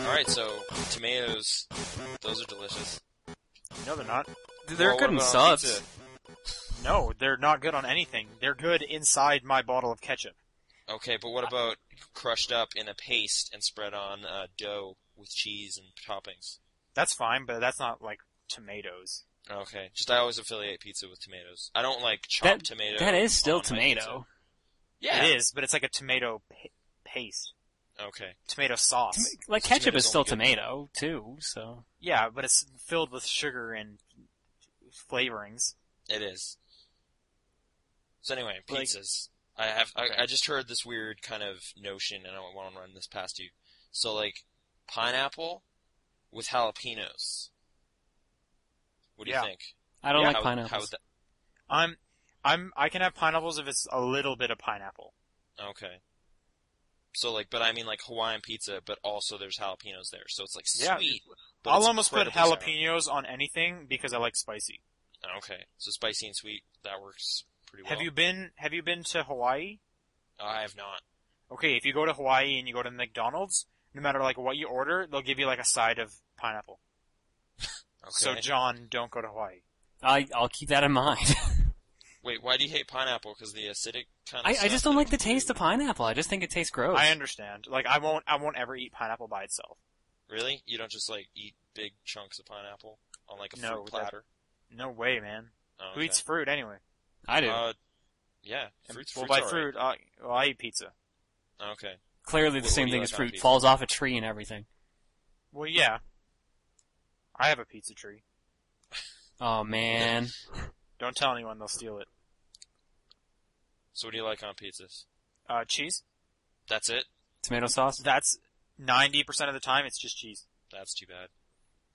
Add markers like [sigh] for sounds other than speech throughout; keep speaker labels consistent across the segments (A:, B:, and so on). A: right, so tomatoes, those are delicious.
B: No, they're not.
C: They're
A: Well, what
C: good in
A: about on
C: subs.
A: pizza?
B: No, they're not good on anything. They're good inside my bottle of ketchup.
A: Okay, but what about crushed up in a paste and spread on uh, dough with cheese and toppings?
B: That's fine, but that's not like tomatoes.
A: Okay, just I always affiliate pizza with tomatoes. I don't like chopped
C: That-
A: tomato.
C: That is still
A: on my
C: tomato.
A: pizza. Yeah.
B: It is, but it's like a tomato pa- paste,
A: Okay.
B: tomato sauce.
C: Tom- like
A: Tomatoes
C: ketchup is still
A: only good.
C: tomato too. So
B: yeah, but it's filled with sugar and flavorings.
A: It is. So anyway,
B: Like-
A: pizzas. I have. I,
B: Okay.
A: I just heard this weird kind of notion, and I want to run this past you. So like, pineapple with jalapenos. What do
B: Yeah.
A: you think?
C: I don't
A: Yeah,
C: like
A: how-
C: pineapples.
A: how would that-
B: I'm, I'm, I can have pineapples if it's a little bit of pineapple.
A: okay. So like, but I mean like Hawaiian pizza, but also there's jalapenos there, so it's like
B: Yeah,
A: sweet. but
B: I'll
A: it's
B: almost put
A: incredibly sour.
B: jalapenos on anything because I like spicy.
A: Okay, so spicy and sweet that works pretty well. Oh,
B: Have you been? Have you been to Hawaii?
A: I have not.
B: Okay, if you go to Hawaii and you go to McDonald's, no matter like what you order, they'll give you like a side of pineapple.
A: Okay.
B: So John, don't go to Hawaii.
C: I I'll keep that in mind. [laughs]
A: Wait, why do you hate pineapple? Because the acidic kind of.
C: I, I just don't like the taste of pineapple. I just think it tastes
A: Oh.
C: gross.
B: I understand. Like I won't. I won't ever eat pineapple by itself.
A: Really? You don't just like eat big chunks of pineapple on like a
B: No,
A: fruit
B: that-
A: platter?
B: No way, man.
A: Oh,
B: Who
A: okay.
B: eats fruit anyway?
C: I do.
A: Uh, yeah, fruits.
B: well,
A: fruits
B: by
A: are
B: fruit, I, well, I eat pizza.
A: alright. Okay.
C: Clearly, the
A: what- what
C: same
A: do you
C: thing
A: like
C: as
A: on
C: fruit
A: pizza?
C: falls off a tree and everything.
B: Well, yeah. I have a pizza tree.
C: Oh man,
B: Don't tell anyone; they'll steal it.
A: So what do you like on pizzas?
B: Uh, cheese.
A: That's it.
C: tomato sauce.
B: That's ninety percent of the time. It's just cheese.
A: That's too bad.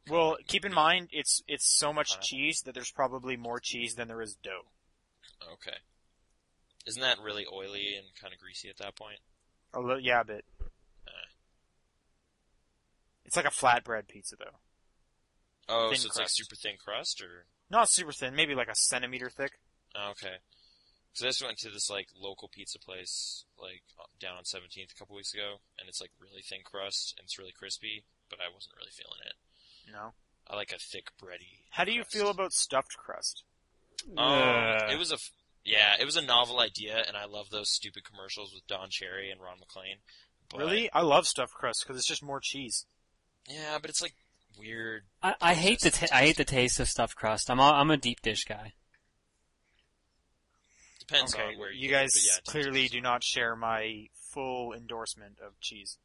B: Well, keep in mind, it's it's so much
A: Pineapple.
B: cheese that there's probably more cheese than there is dough.
A: Okay. Isn't that really oily and kind of greasy at that point?
B: A little, yeah, a bit.
A: Eh.
B: It's like a flatbread pizza, though.
A: Oh,
B: Thin
A: so it's like
B: crust.
A: super thin crust, or
B: Not super thin, maybe like a centimeter thick.
A: Oh, okay. So I just went to this like local pizza place like down on Seventeenth a couple weeks ago, and it's like really thin crust and it's really crispy, but I wasn't really feeling it.
B: No.
A: I like a thick bready.
B: How do you
A: crust.
B: feel about stuffed crust?
A: Um,
C: Ugh.
A: it was a f- yeah, it was a novel idea, and I love those stupid commercials with Don Cherry and Ron McLean. But,
B: Really, I love stuffed crust because it's just more cheese.
A: Yeah, but it's like weird.
C: I, I hate the ta- I hate the taste of stuffed crust. I'm a, I'm a deep dish guy.
A: Depends
B: okay,
A: on where
B: you
A: get it,
B: guys
A: but yeah, it
B: clearly
A: depends.
B: do not share my full endorsement of cheese.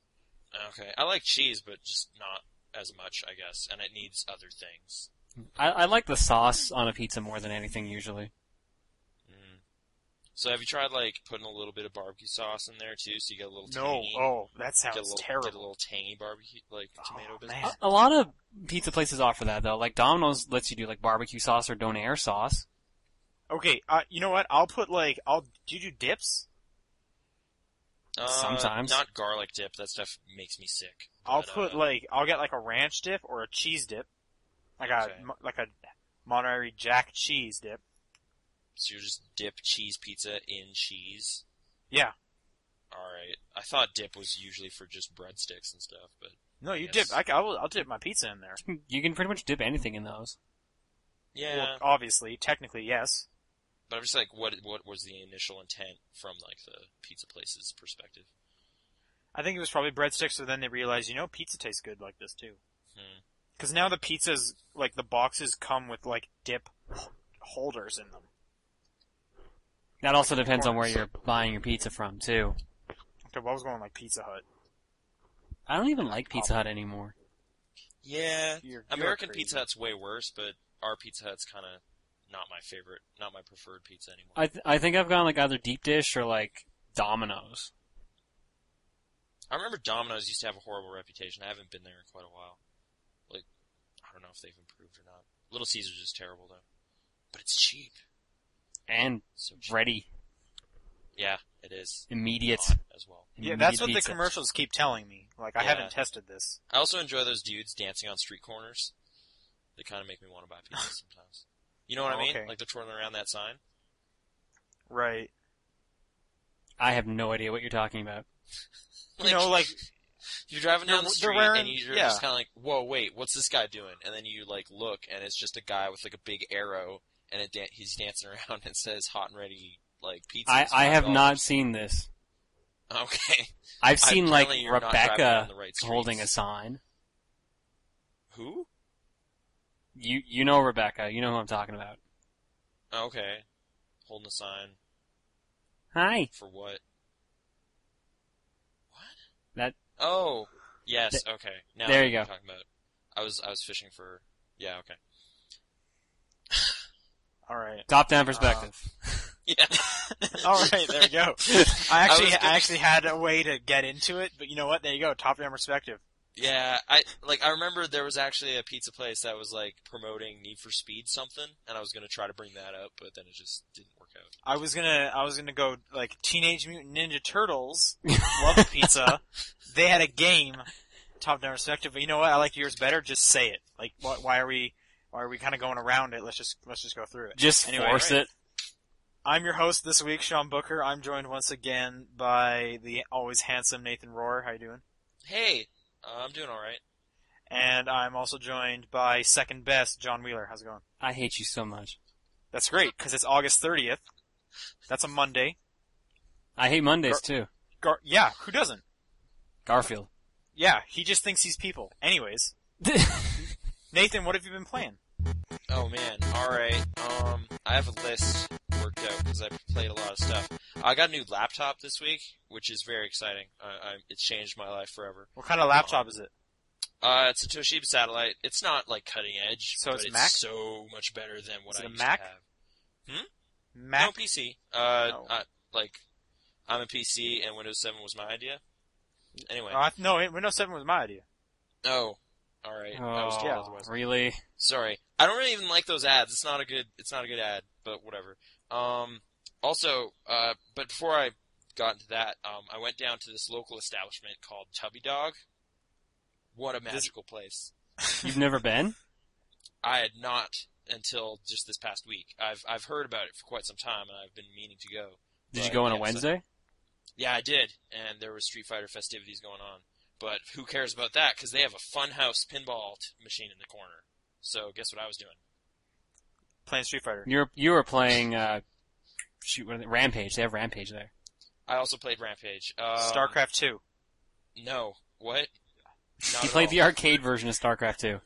A: Okay, I like cheese, but just not as much, I guess, and it needs other things.
C: I, I like the sauce on a pizza more than anything usually.
A: Mm. So have you tried like putting a little bit of barbecue sauce in there too, so you get a little
B: No,
A: tangy,
B: oh, that
A: get a
B: sounds
A: little get a
B: terrible. Oh,
A: little tangy barbecue like tomato business.
B: man.
C: A, a lot of pizza places offer that though. Like Domino's lets you do like barbecue sauce or donair sauce.
B: Okay, uh, you know what? I'll put like, I'll do you do dips?
A: Uh,
C: Sometimes.
A: not garlic dip. That stuff makes me sick.
B: I'll
A: But, uh,
B: put like, I'll get like a ranch dip or a cheese dip, like a
A: Okay.
B: mo- like a Monterey Jack cheese dip.
A: So you just dip cheese pizza in cheese.
B: Yeah.
A: All right. I thought dip was usually for just breadsticks and stuff, but
B: No, you
A: Yes.
B: dip. I, c- I will, I'll dip my pizza in there.
C: You can pretty much dip anything in those.
A: yeah.
B: Well, obviously, technically, yes.
A: but I'm just like, what? What was the initial intent from like the pizza place's perspective?
B: I think it was probably breadsticks, so then they realized, you know, pizza tastes good like this too.
A: Hmm.
B: Because now the pizzas, like the boxes, come with like dip h- holders in them.
C: That also depends on where
B: course.
C: you're buying your pizza from too.
B: Okay, what was going like Pizza Hut?
C: I don't even like Pizza Hut anymore.
A: Yeah.
B: You're- you're
A: American
B: crazy.
A: Pizza Hut's way worse, but our Pizza Hut's kind of not my favorite, not my preferred pizza anymore.
C: I th- I think I've gone like either deep dish or like Domino's.
A: I remember Domino's used to have a horrible reputation. I haven't been there in quite a while. Like, I don't know if they've improved or not. Little Caesars is terrible though, but it's cheap.
C: and
A: So cheap.
C: ready,
A: Yeah, it is.
C: immediate.
A: Hot as well.
B: Yeah, that's
C: immediate
B: what
C: pizza.
B: the commercials keep telling me. Like, I
A: Yeah.
B: haven't tested this.
A: I also enjoy those dudes dancing on street corners. They kind of make me want to
B: [laughs]
A: buy pizza sometimes. You know what
B: Oh,
A: I mean?
B: okay.
A: Like they're twirling around that sign.
B: Right.
C: I have no idea what you're talking about.
B: you know, like
A: [laughs] You're driving down the
B: They're- they're
A: street
B: wearing-
A: and you're
B: yeah.
A: just kind of like, "Whoa, wait, what's this guy doing?" And then you like look, and it's just a guy with like a big arrow, and it dan- he's dancing [laughs] around and says "hot and ready" like pizza.
C: I,
A: is
C: I have not
A: $5.
C: seen this.
A: [laughs] Okay,
C: I've seen like
A: Apparently you're not driving on
C: Rebecca
A: the right
C: holding a
A: streets.
C: sign.
A: Who?
C: You you know Rebecca. You know who I'm talking about.
A: Okay, holding a sign
C: Hi.
A: for what? What?
C: That-
A: Oh, yes. Okay. Now
C: There
A: I know
C: you
A: what
C: go.
A: you're Talking about. I was I was fishing for. Yeah. Okay. [laughs]
B: All right.
C: Top down perspective.
A: Yeah.
B: All right, there
A: [laughs]
B: we go. I actually,
A: was
B: I,
A: gonna-
B: actually had a way to get into it, but you know what? There you go. Top down perspective.
A: Yeah, I like I remember there was actually a pizza place that was like promoting Need for Speed something, and I was gonna try to bring that up, but then it just didn't work out.
B: I was gonna, I was gonna go like Teenage Mutant Ninja Turtles. Love pizza. they had a game, top down perspective. But you know what? I like yours better. Just say it. Like, why, why are we, why are we kind of going around it? Let's just, let's just go through it.
C: Just
B: Anyway,
C: force
B: right.
C: it.
B: I'm your host this week, Sean Booker. I'm joined once again by the always handsome Nathan Rohr. How you doing?
A: Hey, uh, I'm doing all right.
B: And I'm also joined by second best John Wheeler. How's it going?
C: I hate you so much.
B: That's great because it's August 30th. That's a Monday.
C: I hate Mondays too.
B: Gar- yeah, who doesn't?
C: Garfield.
B: Yeah, he just thinks he's people. Anyways, Nathan, what have you been playing?
A: Oh man, all right. Um, I have a list worked out because I played a lot of stuff. I got a new laptop this week, which is very exciting. I, I, it changed my life forever.
B: What kind of laptop is it?
A: Uh, it's a Toshiba satellite. It's not like cutting edge,
B: So
A: but
B: it's
A: it's,
B: Mac?
A: so much better than what
B: Is it
A: I
B: a
A: used
B: Mac?
A: to have.
B: Mac.
A: No PC. Uh,
B: No.
A: I, like, I'm a PC, and Windows 7 was my idea. Anyway.
B: Oh, I- no, it- Windows 7 was my idea.
A: oh, all right. I was
C: Oh,
A: told
B: yeah.
A: otherwise.
C: really?
A: Sorry, I don't really even like those ads. It's not a good. It's not a good ad, but whatever. Um. Also, uh, but before I got into that, um, I went down to this local establishment called Tubby Dog. What a magical place!
C: You've never been?
A: I had not until just this past week. I've I've heard about it for quite some time, and I've been meaning to go.
C: Did you
A: Right,
C: go on a
A: yeah, so-
C: Wednesday?
A: Yeah, I did, and there were Street Fighter festivities going on. But who cares about that? Because they have a Funhouse pinball t- machine in the corner. So guess what I was doing?
B: Playing Street Fighter.
C: You're you were playing uh, shoot what are they- Rampage. They have Rampage there.
A: I also played Rampage. Um,
B: StarCraft 2.
A: No, what? Not
C: He
A: at
C: played
A: all.
C: the arcade version of StarCraft 2.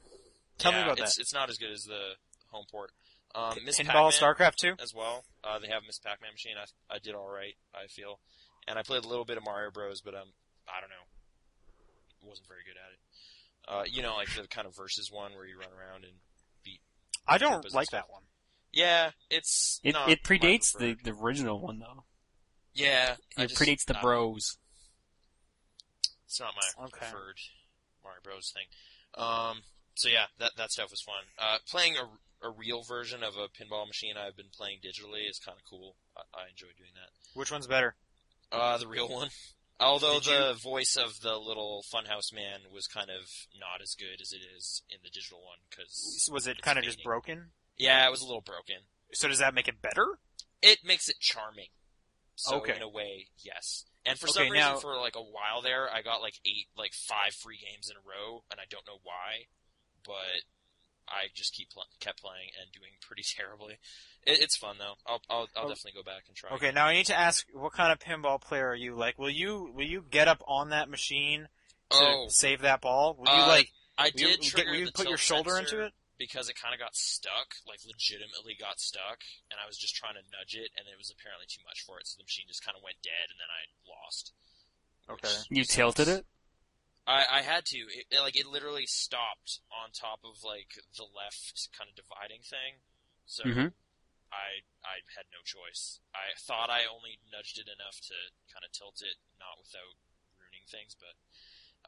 B: Tell me
A: Yeah,
B: about
A: it's,
B: that.
A: It's not as good as the home port. Um, Miss Pac-Man
B: Pinball StarCraft 2?
A: as well. Uh, they have Miss Pac-Man machine. I I did all right. I feel, and I played a little bit of Mario Bros, but um, I don't know, wasn't very good at it. Uh, you know, like the kind of versus one where you run around and
B: I don't
A: business.
B: like that one.
A: yeah, it's
C: It
A: not
C: it
A: my
C: predates the,
A: preferred.
C: the original one though.
A: yeah, I
C: It
A: just-
C: predates the
A: I-
C: Bros.
A: It's not my
B: Okay.
A: preferred Mario Bros thing. Um, so yeah, that that stuff was fun. Uh, playing a, a real version of a pinball machine I've been playing digitally is kind of cool. I, I enjoy doing that.
B: Which one's better?
A: Uh, the real one. [laughs] Although
B: Did you-
A: the voice of the little Funhouse man was kind of not as good as it is in the digital one, because
B: Was it
A: It's
B: kind of just
A: fading.
B: broken?
A: yeah, it was a little broken.
B: So does that make it better?
A: It makes it charming. So
B: Okay.
A: in a way, yes. And for
B: Okay,
A: some reason,
B: now-
A: for like a while there, I got like eight, like five free games in a row, and I don't know why, but I just keep pl- kept playing and doing pretty [laughs] terribly. It, it's fun though. I'll I'll, I'll
B: Oh.
A: definitely go back and try.
B: Okay, now I need to ask, what kind of pinball player are you? Like, will you will you get up on that machine to
A: Oh,
B: save that ball? Will you
A: Uh,
B: like
A: I
B: will you,
A: did trigger
B: will you
A: the
B: put your
A: tilt
B: shoulder
A: sensor
B: into it?
A: because it kind of got stuck, like legitimately got stuck, and I was just trying to nudge it, and it was apparently too much for it, so the machine just kind of went dead, and then I lost. which
B: Okay.
C: You tilted it.
A: I, I had to. It, it, like it literally stopped on top of like the left kind of dividing thing. So
C: Mhm.
A: I I had no choice. I thought I only nudged it enough to kind of tilt it, not without ruining things, but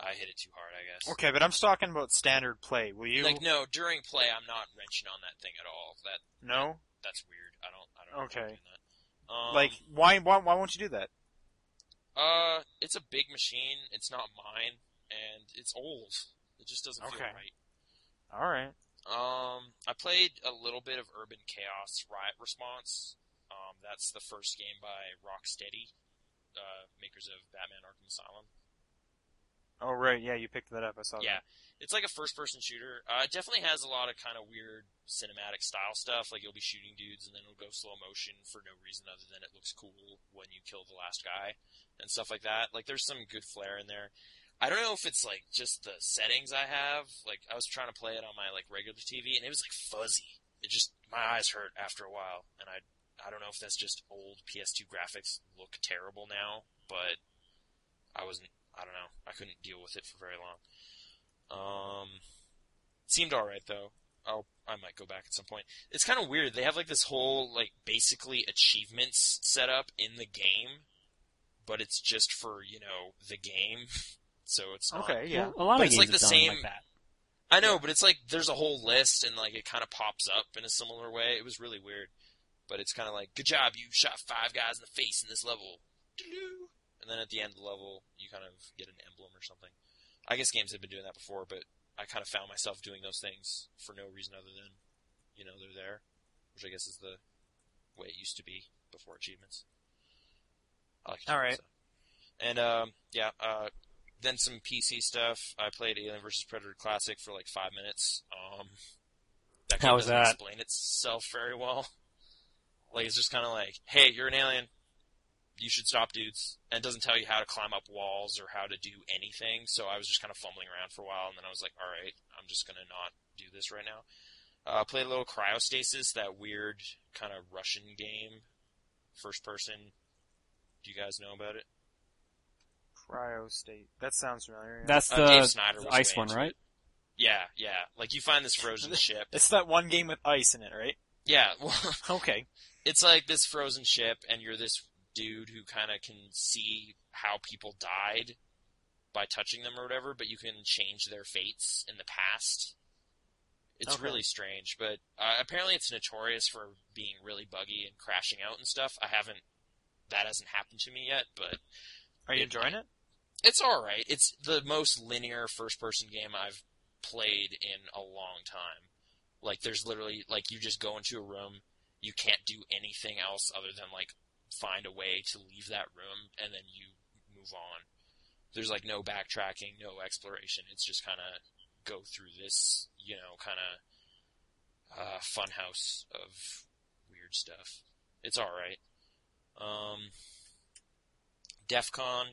A: I hit it too hard, I guess.
B: Okay, but I'm just talking about standard play. Will you?
A: Like no, during play I'm not wrenching on that thing at all. That
B: no.
A: that's weird. I don't I don't
B: Okay.
A: know doing that. Um,
B: like why why why won't you do that?
A: uh it's a big machine, it's not mine and it's old. It just doesn't feel
B: Okay.
A: right.
B: All right.
A: Um, I played a little bit of Urban Chaos Riot Response. Um, that's the first game by Rocksteady, uh, makers of Batman Arkham Asylum.
B: Oh right, yeah, you picked that up. I saw
A: Yeah, it's like a first-person shooter. Uh, it definitely has a lot of kind of weird cinematic style stuff. Like you'll be shooting dudes, and then it'll go slow motion for no reason other than it looks cool when you kill the last guy and stuff like that. Like there's some good flair in there. I don't know if it's like just the settings I have. Like I was trying to play it on my like regular TV, and it was like fuzzy. It just my eyes hurt after a while, and I I don't know if that's just old PS2 graphics look terrible now, but I wasn't. I don't know. I couldn't deal with it for very long. Um, seemed all right though. I'll I might go back at some point. It's kind of weird. They have like this whole like basically achievements set up in the game, but it's just for you know the game. [laughs] So it's
B: that.
A: not
B: Okay, yeah.
C: a lot
A: But
C: of
A: it's
C: games
A: like the
C: have done
A: same-
C: like that.
A: I know, but it's like there's a whole list and like it kind of pops up in a similar way. It was really weird, but it's kind of like good job, you shot five guys in the face in this level, Doo-doo. and then at the end of the level you kind of get an emblem or something. I guess games have been doing that before, but I kind of found myself doing those things for no reason other than you know they're there, which I guess is the way it used to be before achievements. I like
B: All right.
A: achievements, though. And um, yeah, uh, then some PC stuff. I played Alien vs Predator Classic for like five minutes. Um, that
C: How
A: game
C: was
A: doesn't
C: that?
A: Explain itself very well. [laughs] Like it's just kind of like, hey, you're an alien. You should stop dudes, and it doesn't tell you how to climb up walls or how to do anything. So I was just kind of fumbling around for a while, and then I was like, all right, I'm just gonna not do this right now. Uh, played a little Cryostasis, that weird kind of Russian game, first person. Do you guys know about it?
B: Cryo state. That sounds familiar. yeah.
C: That's
A: Uh,
C: the,
A: Dave Snyder
C: the
A: was
C: ice
A: way
C: one,
A: into
C: right?
A: Yeah, yeah. Like you find this frozen ship.
B: it's that one game with ice in it, right?
A: Yeah, [laughs] well,
B: Okay.
A: it's like this frozen ship, and you're this dude who kind of can see how people died by touching them or whatever, but you can change their fates in the past. It's
B: Okay.
A: really strange, but uh, apparently it's notorious for being really buggy and crashing out and stuff. I haven't, that hasn't happened to me yet, but
B: Are you
A: It-
B: enjoying it?
A: it's all right. It's the most linear first-person game I've played in a long time. Like there's literally like you just go into a room, you can't do anything else other than like find a way to leave that room and then you move on. There's like no backtracking, no exploration. It's just kind of go through this, you know, kind of uh, funhouse of weird stuff. It's all right. Um, DEF CON,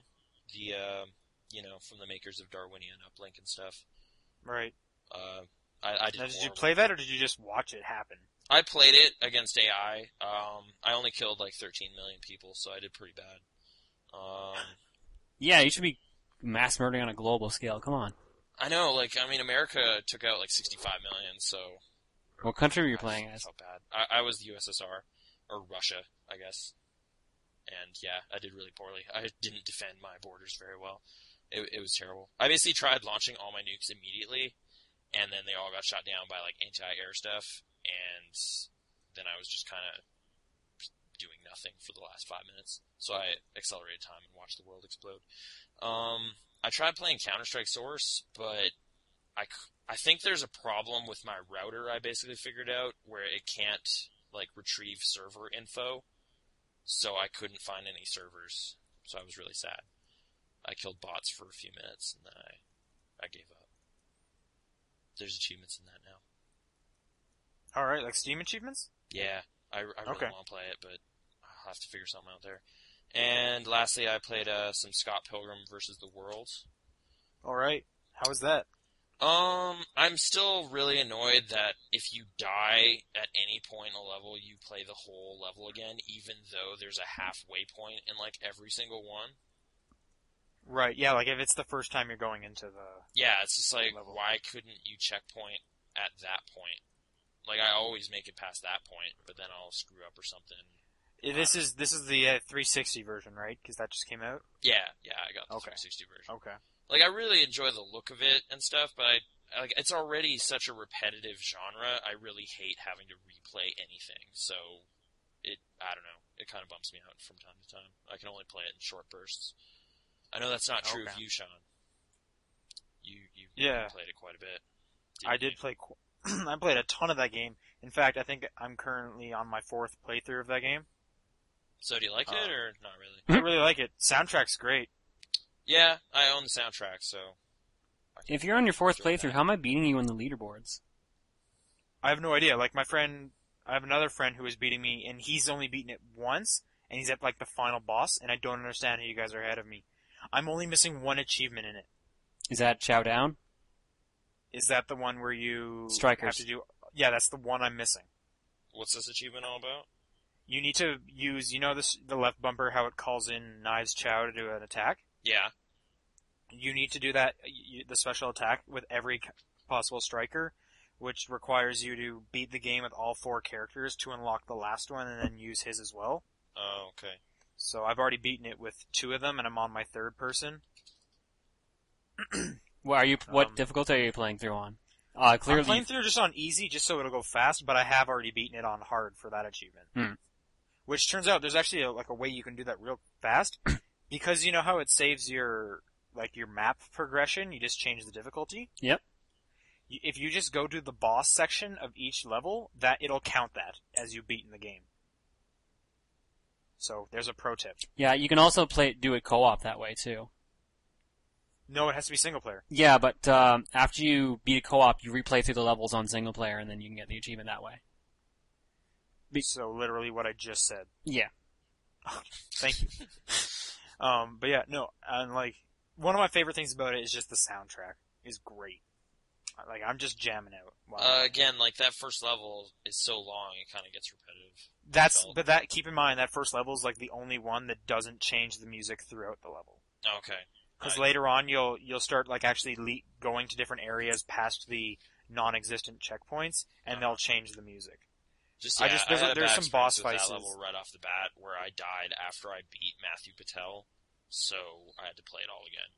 A: the uh, you know from the makers of Darwinian Uplink and stuff.
B: Right.
A: Uh, I, I did.
B: Now, did you
A: horrible.
B: play that or did you just watch it happen?
A: I played it against AI. Um, I only killed like 13 million people, so I did pretty bad. Um,
C: Yeah, you should be mass murdering on a global scale. Come on.
A: I know, like I mean, America took out like 65 million, so
C: What country were you
A: I
C: playing
A: f-
C: as?
A: felt bad. I, I was the USSR or Russia, I guess. And yeah, I did really poorly. I didn't defend my borders very well. It, it was terrible. I basically tried launching all my nukes immediately, and then they all got shot down by like anti-air stuff, and then I was just kind of doing nothing for the last five minutes. So I accelerated time and watched the world explode. Um, I tried playing Counter Strike Source, but I, c- I think there's a problem with my router I basically figured out where it can't like retrieve server info. So I couldn't find any servers. So I was really sad. I killed bots for a few minutes and then I I gave up. There's achievements in that now.
B: All right, like Steam achievements.
A: Yeah, I, I really
B: Okay.
A: want to play it, but I'll have to figure something out there. And lastly, I played uh, some Scott Pilgrim versus the World.
B: All right. How was that?
A: Um, I'm still really annoyed that if you die at any point in a level, you play the whole level again, even though there's a halfway point in like every single one.
B: Right. Yeah. Like if it's the first time you're going into the.
A: Yeah, it's just like
B: Level.
A: why couldn't you checkpoint at that point? Like I always make it past that point, but then I'll screw up or something.
B: This is this is the uh, 360 version, right? Because that just came out.
A: Yeah, yeah, I got the
B: Okay.
A: 360 version.
B: Okay.
A: Like I really enjoy the look of it and stuff, but I I- like it's already such a repetitive genre. I really hate having to replay anything. So it I don't know. It kind of bumps me out from time to time. I can only play it in short bursts. I know that's not true of
B: Okay.
A: you, Sean. You you
B: Yeah.
A: played it quite a bit.
B: I
A: didn't
B: did
A: you?
B: play. qu- [clears throat] I played a ton of that game. In fact, I think I'm currently on my fourth playthrough of that game.
A: So do you like
B: Uh,
A: it or not really?
B: I really like it. Soundtrack's great.
A: Yeah, I own the soundtrack, so
C: If you're on your fourth
A: Enjoy
C: playthrough,
A: that.
C: how am I beating you in the leaderboards?
B: I have no idea. Like my friend, I have another friend who is beating me, and he's only beaten it once, and he's at like the final boss, and I don't understand how you guys are ahead of me. I'm only missing one achievement in it.
C: Is that chow down?
B: Is that the one where you
C: Strikers.
B: have to do? Yeah, that's the one I'm missing.
A: what's this achievement all about?
B: You need to use, you know, this the left bumper how it calls in Knives Chow to do an attack.
A: Yeah.
B: You need to do that you, the special attack with every c- possible striker, which requires you to beat the game with all four characters to unlock the last one, and then use his as well.
A: Oh, okay.
B: So I've already beaten it with two of them, and I'm on my third person.
C: What are you? What
B: Um,
C: difficulty are you playing through on? Uh, clearly,
B: I'm playing through just on easy, just so it'll go fast. But I have already beaten it on hard for that achievement.
C: Hmm.
B: Which turns out there's actually a, like a way you can do that real
C: [clears throat]
B: fast, because you know how it saves your like your map progression. You just change the difficulty.
C: Yep.
B: Y- If you just go to the boss section of each level, that it'll count that as you beat in the game. So there's a pro tip.
C: yeah. You can also play do it co-op that way too.
B: No, it has to be single player.
C: Yeah, but um, after you beat a co-op, you replay through the levels on single player, and then you can get the achievement that way. Be-
B: So literally what I just said.
C: Yeah.
B: Thank you. um, but yeah, no, and like one of my favorite things about it is just the soundtrack is great. Like I'm just jamming out. while-
A: Uh, again, like that first level is so long, it kind of gets repetitive.
B: That's but that keep in mind that first level is like the only one that doesn't change the music throughout the level.
A: Okay.
B: Because
A: Right.
B: later on you'll you'll start like actually le- going to different areas past the non-existent checkpoints,
A: Uh-huh.
B: and they'll change the music.
A: Just
B: I
A: yeah,
B: just- there's
A: had
B: a-
A: a
B: there's
A: bad
B: some
A: experience
B: boss
A: with
B: fights.
A: that level right off the bat where I died after I beat Matthew Patel, so I had to play it all again,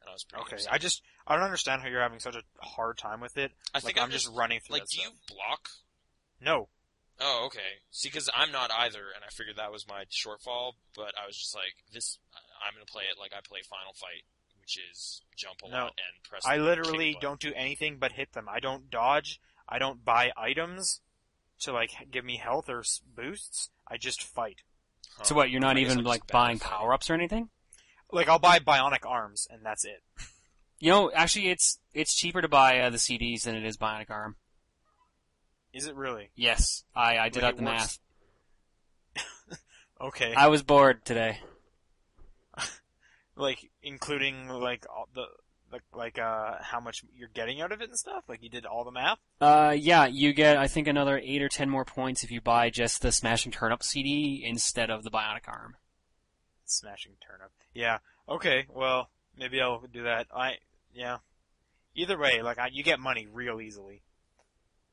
A: and I was pretty
B: Okay,
A: upset.
B: I just I don't understand how you're having such a hard time with it.
A: I
B: like
A: think
B: I'm
A: I'm
B: just, running through.
A: like,
B: that
A: do
B: stuff.
A: you block?
B: No,
A: Oh, okay. See, because I'm not either, and I figured that was my shortfall. But I was just like, this. I'm gonna play it like I play Final Fight, which is jump a
B: No.
A: lot and press.
B: I
A: the
B: literally
A: kick button.
B: don't do anything but hit them. I don't dodge. I don't buy items to like h- give me health or s- boosts. I just fight.
A: Huh.
C: So what? You're not
A: I guess I'm
C: even
A: just
C: like
A: bad
C: buying
A: at fighting.
C: power ups or anything.
B: Like I'll buy bionic arms and that's it.
C: You know, actually, it's it's cheaper to buy uh, the CDs than it is Bionic Arm.
B: Is it really?
C: Yes, I I did
B: Like,
C: out
B: it
C: the
B: works.
C: math.
B: Okay.
C: I was bored today.
B: like including like all the like like uh how much you're getting out of it and stuff. Like you did all the math.
C: Uh, yeah, you get I think another eight or ten more points if you buy just the Smashing Turnip CD instead of the Bionic Arm.
B: Smashing turnip. Yeah. Okay. Well, maybe I'll do that. I yeah. Either way, like I, you get money real easily,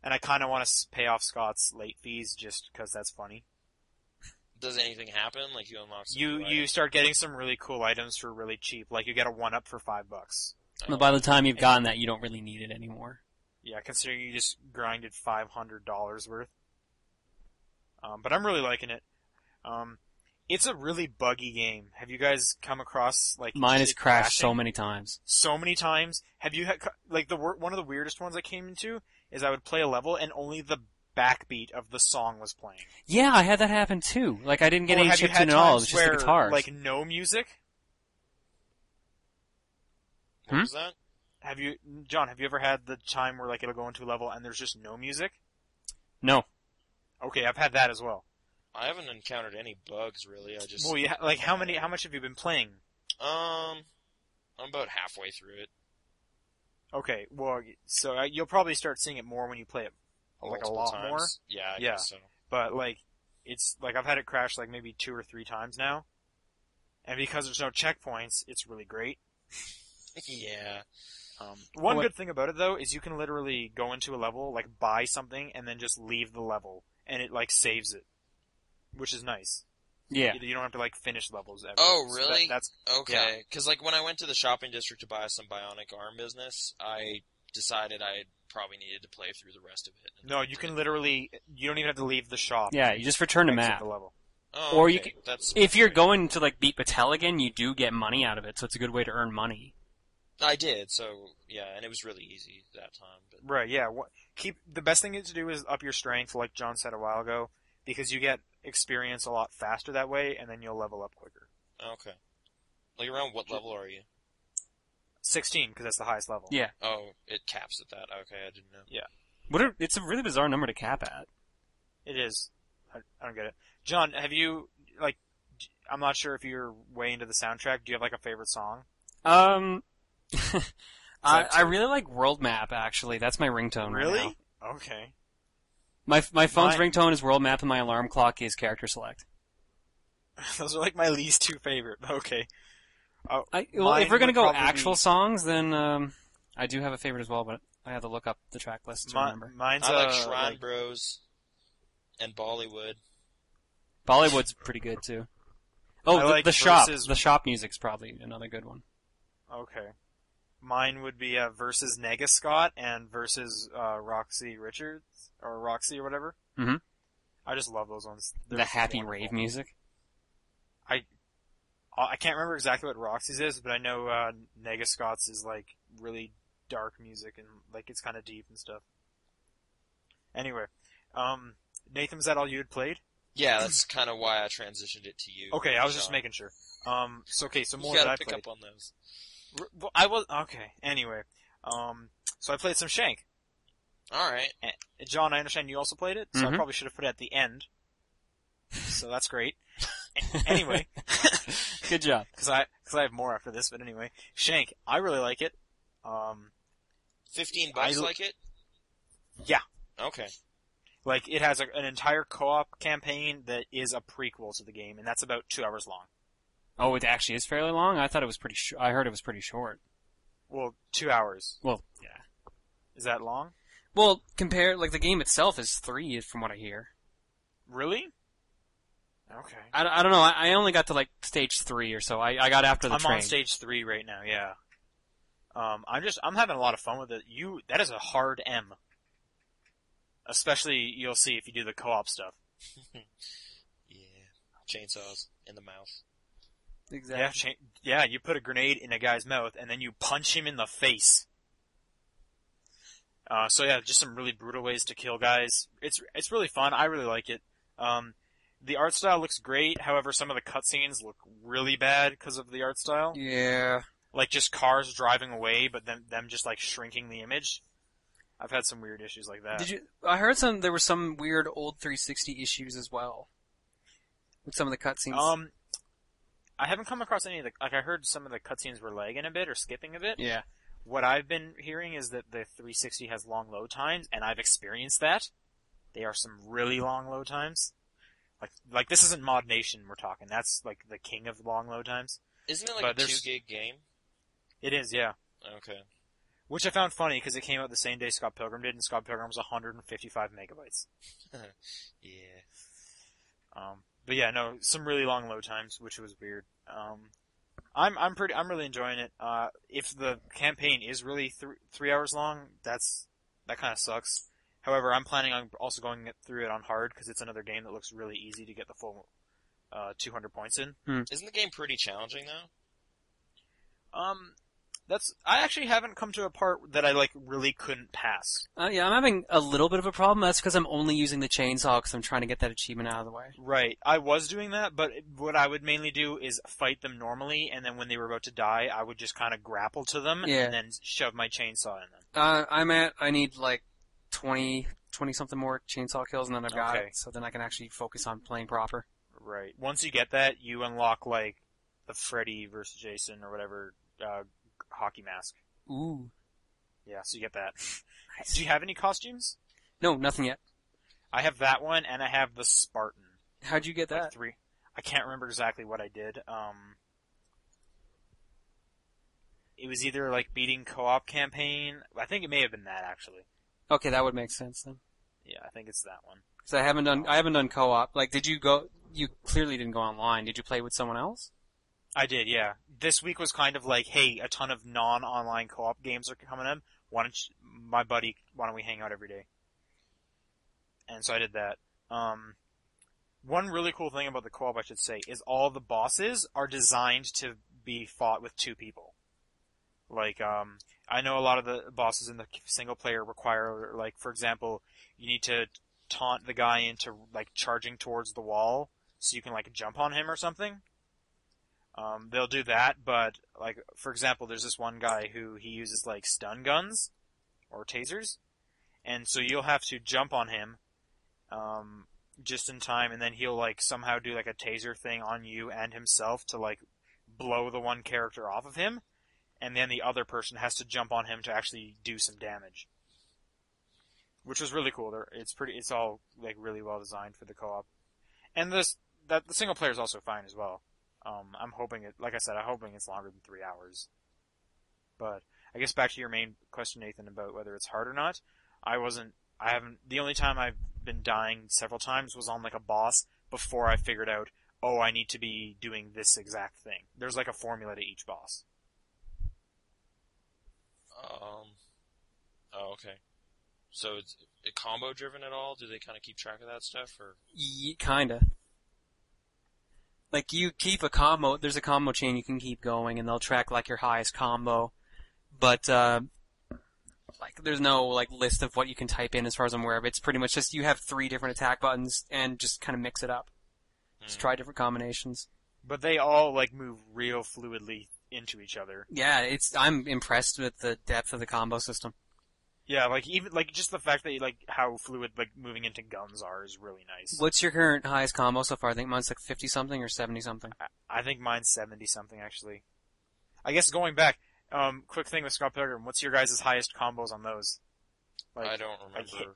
B: and I kind of want to pay off Scott's late fees just because that's funny.
A: Does anything happen? Like you unlock. some new
B: you you
A: items?
B: start getting some really cool items for really cheap. Like you get a one up for five bucks.
A: Oh.
C: But by the time you've gotten that, you don't really need it anymore.
B: Yeah, considering you just grinded five hundred dollars worth. Um, but I'm really liking it. Um, it's a really buggy game. Have you guys come across like
C: Mine has
B: it
C: crashed so
B: crashing
C: many times.
B: so many times? Have you had, like the wor- one of the weirdest ones I came into is I would play a level and only the backbeat of the song was playing.
C: Yeah, I had that happen too. Like I didn't get
B: Or
C: any
B: have you
C: chiptune
B: had
C: at all. It
B: times
C: was just
B: where,
C: the guitars.
B: Like no music.
A: What
C: Hmm?
A: was that?
B: Have you, John? Have you ever had the time where like it'll go into a level and there's just no music?
C: no,
B: Okay, I've had that as well.
A: I haven't encountered any bugs really. I just
B: Well, yeah, like how many? How much have you been playing?
A: um, I'm about halfway through it.
B: Okay, well, so uh, you'll probably start seeing it more when you play it, like a
A: multiple
B: lot
A: times.
B: more.
A: Yeah, I
B: Yeah.
A: guess so. [laughs]
B: But like, it's like I've had it crash like maybe two or three times now, and because there's no checkpoints, it's really great.
A: yeah.
B: Um, one
C: What-
B: good thing about it though is you can literally go into a level, like buy something, and then just leave the level, and it like saves it, which is nice.
C: yeah,
B: You, you don't have to like finish levels ever.
A: Oh,
B: So that-
A: really?
B: that's
A: Okay, because like when I went to the shopping district to buy some bionic arm business, I decided I probably needed to play through the rest of it.
B: no. You can literally. You don't even have to leave the shop.
C: yeah. You just return a
B: Exit
C: map.
B: the level.
A: Oh,
C: or you
A: okay,
C: can-
A: That's
C: If you're going to like beat Patel again, you do get money out of it, so it's a good way to earn money.
A: I did. So yeah, and it was really easy that time. But
B: Right. Yeah. What, keep the best thing to do is up your strength, like John said a while ago, because you get experience a lot faster that way, and then you'll level up quicker.
A: okay. Like around what level are you?
B: 16, because that's the highest level.
C: Yeah.
A: Oh, it caps at that. Okay, I didn't know.
C: What? A, it's a really bizarre number to cap at.
B: It is. I, I don't get it. John, have you, like, d- I'm not sure if you're way into the soundtrack. Do you have, like, a favorite song?
C: Um, [laughs] I,
B: Is that
C: I
B: two?
C: really like World Map. Actually, that's my ringtone. right now.
B: Okay. [laughs]
C: my my phone's
B: Mine-
C: ringtone is World Map, and my alarm clock is Character Select.
B: Those are, like, my [laughs] least two favorite. but Okay.
C: I, well,
B: Mine
C: if we're gonna
B: would
C: go
B: probably
C: actual
B: be-
C: songs, then um, I do have a favorite as well, but I have to look up the track list to
B: Mi-
C: remember.
B: mine's,
A: I like
B: uh,
A: Shrine
B: like-
A: Bros and Bollywood.
C: Bollywood's pretty good too. Oh,
B: I
C: the,
B: like
C: the shop.
B: Versus-
C: The shop music's probably another good one.
B: okay. Mine would be, uh, versus Nega Scott and versus, uh, Roxy Richards, or Roxy or whatever.
C: Mhm.
B: I just love those ones. They're
C: the happy
B: wonderful. Uh,
C: rave music.
B: I I can't remember exactly what Roxy's is, but I know uh, Negascott's is like really dark music and like it's kind of deep and stuff. Anyway, um, Nathan, is that all you had played?
A: Yeah, that's kind of why I transitioned it to you.
B: Okay, I was just
A: Sean.
B: making sure. Um, so okay, so more
A: you
B: that
A: gotta
B: I
A: pick
B: played.
A: up on those.
B: R- well, I was okay. Anyway, um, so I played some Shank.
A: All right.
B: Eh, John, I understand you also played it, so I
C: Mhm.
B: probably should have put it at the end. So that's great. [laughs] A- anyway,
C: Good job.
B: because I because I have more after this, but anyway, Shank, I really like it. Um,
A: Fifteen bucks,
B: I-
A: like it.
B: Yeah.
A: Okay.
B: Like it has a, an entire co-op campaign that is a prequel to the game, and that's about two hours long.
C: Oh, it actually is fairly long. I thought it was pretty. Sh- I heard it was pretty short.
B: Well, two hours
C: Well, yeah.
B: is that long?
C: Well, compare like the game itself is three, from what I hear.
B: Really? Okay.
C: I, I don't know. I, I only got to like stage three or so. I, I got after the
B: I'm
C: train.
B: on stage three right now. Yeah. Um, I'm just I'm having a lot of fun with it. You that is a hard M. Especially you'll see if you do the co-op stuff.
A: Yeah. Chainsaws in the mouth.
C: Exactly.
B: Yeah, cha- yeah. You put a grenade in a guy's mouth and then you punch him in the face. Uh, so yeah, just some really brutal ways to kill guys. It's it's really fun. I really like it. Um, the art style looks great. However, some of the cutscenes look really bad because of the art style.
C: Yeah.
B: Like just cars driving away, but then them just like shrinking the image. I've had some weird issues like that.
C: Did you? I heard some. There were some weird old 360 issues as well with some of the cutscenes.
B: um, I haven't come across any of the like. I heard some of the cutscenes were lagging a bit or skipping a bit.
C: yeah.
B: What I've been hearing is that the 360 has long load times, and I've experienced that. They are some really long load times. Like, like this isn't Mod Nation we're talking. That's like the king of long load times.
A: Isn't it like
B: But
A: a
B: there's-
A: two gig game?
B: It is, yeah.
A: Okay.
B: Which I found funny because it came out the same day Scott Pilgrim did, and Scott Pilgrim was 155 megabytes.
A: Yeah.
B: Um, but yeah, no, some really long load times, which was weird. Um, I'm I'm pretty I'm really enjoying it. Uh, if the campaign is really th- three hours long, that's that kind of sucks. However, I'm planning on also going it- through it on hard because it's another game that looks really easy to get the full uh, 200 points in.
A: Isn't the game pretty challenging though?
B: Um, that's I actually haven't come to a part that I like really couldn't pass.
C: Uh, yeah. I'm having a little bit of a problem. That's because I'm only using the chainsaw because I'm trying to get that achievement out of the way.
B: Right, I was doing that, but what I would mainly do is fight them normally, and then when they were about to die, I would just kind of grapple to them
C: Yeah.
B: and then shove my chainsaw in them.
C: Uh, I'm at. I need like 20, 20 something more chainsaw kills, and then I've got
B: Okay.
C: it. So then I can actually focus on playing proper.
B: Right. Once you get that, you unlock like the Freddy versus Jason or whatever uh, hockey mask.
C: Ooh.
B: Yeah, so you get
C: [laughs]
B: that.
C: Nice.
B: Do you have any costumes?
C: No, nothing yet.
B: I have that one, and I have the Spartan.
C: How'd you get
B: Like,
C: that?
B: three. I can't remember exactly what I did. Um, it was either like beating co-op campaign. I think it may have been that actually.
C: Okay, that would make sense then.
B: Yeah, I think it's that one.
C: Because I haven't done I haven't done co-op. Like, did you go? You clearly didn't go online. Did you play with someone else?
B: I did, yeah. This week was kind of like, hey, a ton of non-online co-op games are coming up. Why don't you, my buddy? Why don't we hang out every day? And so I did that. Um, one really cool thing about the co-op, I should say, is all the bosses are designed to be fought with two people. Like, um, I know a lot of the bosses in the single player require, like, for example, you need to taunt the guy into like charging towards the wall so you can like jump on him or something Um, they'll do that, but like for example, there's this one guy who he uses like stun guns or tasers, and so you'll have to jump on him um, just in time, and then he'll like somehow do like a taser thing on you and himself to like blow the one character off of him, and then the other person has to jump on him to actually do some damage, which was really cool. They're, it's pretty, it's all like really well designed for the co-op, and this that the single player is also fine as well. Um, I'm hoping it, like I said, I'm hoping it's longer than three hours. But I guess back to your main question, Nathan, about whether it's hard or not. I wasn't. I haven't. The only time I've been dying several times was on like a boss before I figured out. Oh, I need to be doing this exact thing. There's like a formula to each boss.
A: Um, oh, okay. So it's it combo driven at all? Do they kind of keep track of that stuff, or
C: Ye kinda. Like you keep a combo. There's a combo chain you can keep going, and they'll track like your highest combo. But uh, like, there's no like list of what you can type in as far as I'm aware of. It's pretty much just you have three different attack buttons and just kind of mix it up. Just
A: Hmm.
C: try different combinations.
B: But they all like move real fluidly into each other.
C: Yeah, it's. I'm impressed with the depth of the combo system.
B: Yeah, like even like just the fact that like how fluid like moving into guns are is really nice.
C: What's your current highest combo so far? I think mine's like 50 something or 70 something.
B: I think mine's seventy something actually. I guess going back, um, quick thing with Scott Pilgrim. What's your guys' highest combos on those?
A: I
B: Like,
A: don't
B: like hit-
A: remember.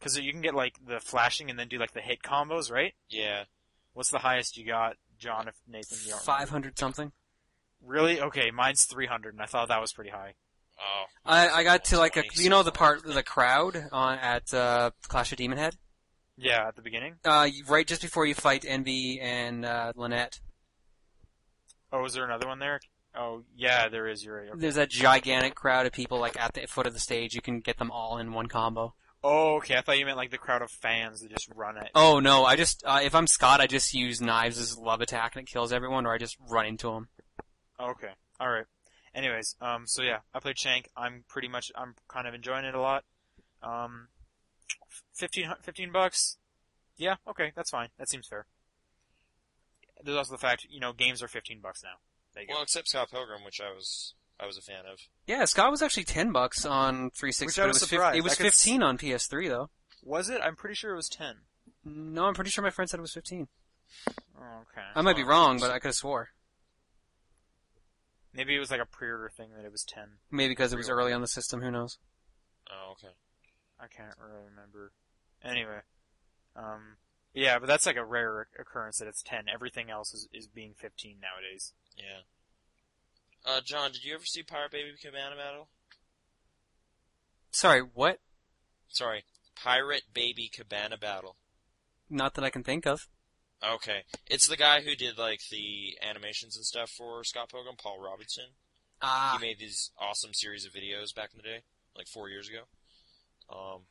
B: because you can get like the flashing and then do like the hit combos, right?
A: yeah,
B: What's the highest you got, John? If Nathan, you don't remember?
C: 500 something.
B: Really? Okay, mine's three hundred, and I thought that was pretty high.
A: oh,
C: I, I got to like a
A: 20,
C: you know the part
A: something.
C: the crowd on at uh, Clash of Demon Head.
B: Yeah, at the beginning.
C: Uh, you- right just before you fight Envy and uh, Lynette,
B: Oh, is there another one there? Oh, yeah, there is. You're right. Okay.
C: there's that gigantic crowd of people like at the foot of the stage. You can get them all in one combo.
B: Oh, okay. I thought you meant like the crowd of fans that just run at.
C: Oh no, I just uh, if I'm Scott, I just use knives as love attack and it kills everyone, or I just run into them.
B: Okay. All right. Anyways, um, so yeah, I played Shank. I'm pretty much, I'm kind of enjoying it a lot. Um, 15, 15 bucks. Yeah. Okay, that's fine. That seems fair. There's also the fact, you know, games are 15 bucks now. There you go.
A: well, except Scott Pilgrim, which I was I was a fan of.
C: Yeah, Scott was actually ten bucks on 360.
B: Which
C: but
B: I
C: it
B: was
C: fif-
B: surprised.
C: it was
B: I could s-
C: fifteen on PS3 though.
B: Was it? I'm pretty sure it was 10.
C: No, I'm pretty sure my friend said it was fifteen.
B: Oh, Okay.
C: I might be wrong, but I could have swore
B: Maybe it was like a pre-order thing that it was 10.
C: maybe because it was early on the system. Who knows?
A: Oh, okay.
B: I can't really remember. Anyway, um, yeah, but that's like a rare occurrence that it's 10. Everything else is, is being 15 nowadays.
A: Yeah. Uh, John, did you ever see Pirate Baby Cabana Battle?
C: Sorry, what?
A: Sorry, Pirate Baby Cabana Battle.
C: Not that I can think of.
A: Okay, it's the guy who did like the animations and stuff for Scott Pilgrim, Paul Robertson.
C: Ah,
A: He made these awesome series of videos back in the day, like four years ago. Um,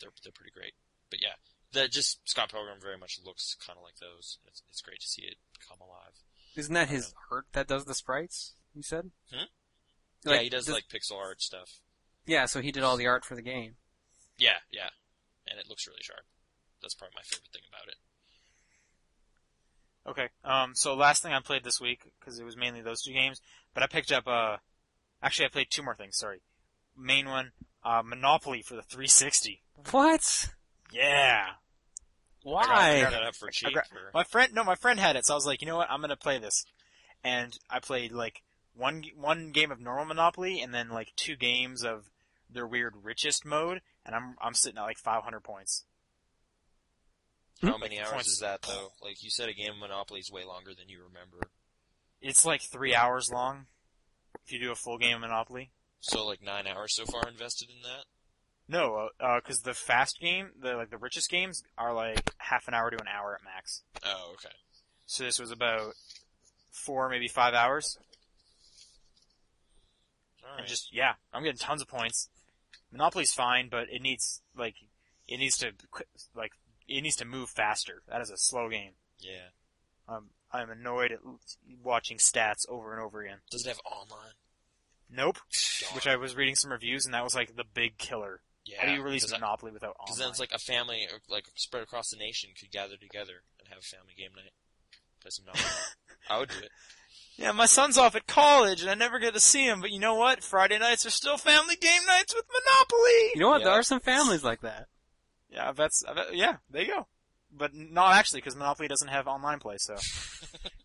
A: they're they're pretty great. But yeah, that just Scott Pilgrim very much looks kind of like those. It's it's great to see it come alive.
C: Isn't that his art that does the sprites? You said.
A: Hmm?
C: Like,
A: yeah, he does like pixel art stuff.
C: Yeah, so he did all the art for the game.
A: Yeah, yeah, and it looks really sharp. That's probably my favorite thing about it.
B: Okay. Um, so last thing I played this week because it was mainly those two games, but I picked up uh, actually I played two more things. Sorry, main one, uh, Monopoly for the 360.
C: What?
B: Yeah.
A: I got- I got
C: Why?
A: it up for cheap.
B: gra-
A: or-
B: My friend, no, my friend had it, so I was like, you know what, I'm gonna play this, and I played like one one game of normal Monopoly, and then like two games of their weird richest mode, and I'm I'm sitting at like 500 points.
A: How many
B: Like,
A: hours
B: points.
A: is that though? Like you said, a game of Monopoly is way longer than you remember.
B: It's like three hours long if you do a full game of Monopoly.
A: So like nine hours so far invested in that.
B: No, because the fast game, the like the richest games are like half an hour to an hour at max.
A: Oh, okay.
B: So this was about four, maybe five hours,
A: All
B: and
A: right.
B: just yeah, I'm getting tons of points. Monopoly's fine, but it needs like it needs to qu- like it needs to move faster. That is a slow game.
A: yeah.
B: Um, I'm annoyed at l- watching stats over and over again.
A: Does it have online?
B: Nope.
A: Darn.
B: Which I was reading some reviews, and that was like the big killer.
A: yeah.
B: How do you release
A: because I-
B: Monopoly without online?
A: Because then it's like a family, uh, like spread across
B: [laughs]
A: the nation, could gather together and have a family game night, play some Monopoly. I would do it.
B: yeah, my son's off at college and I never get to see him, but you know what? Friday nights are still family game nights with Monopoly.
C: You know what? There
A: Yeah.
C: are some families like that.
B: Yeah, that's I bet, yeah. There you go. But not actually, because Monopoly doesn't have online play,
A: [laughs]
B: so.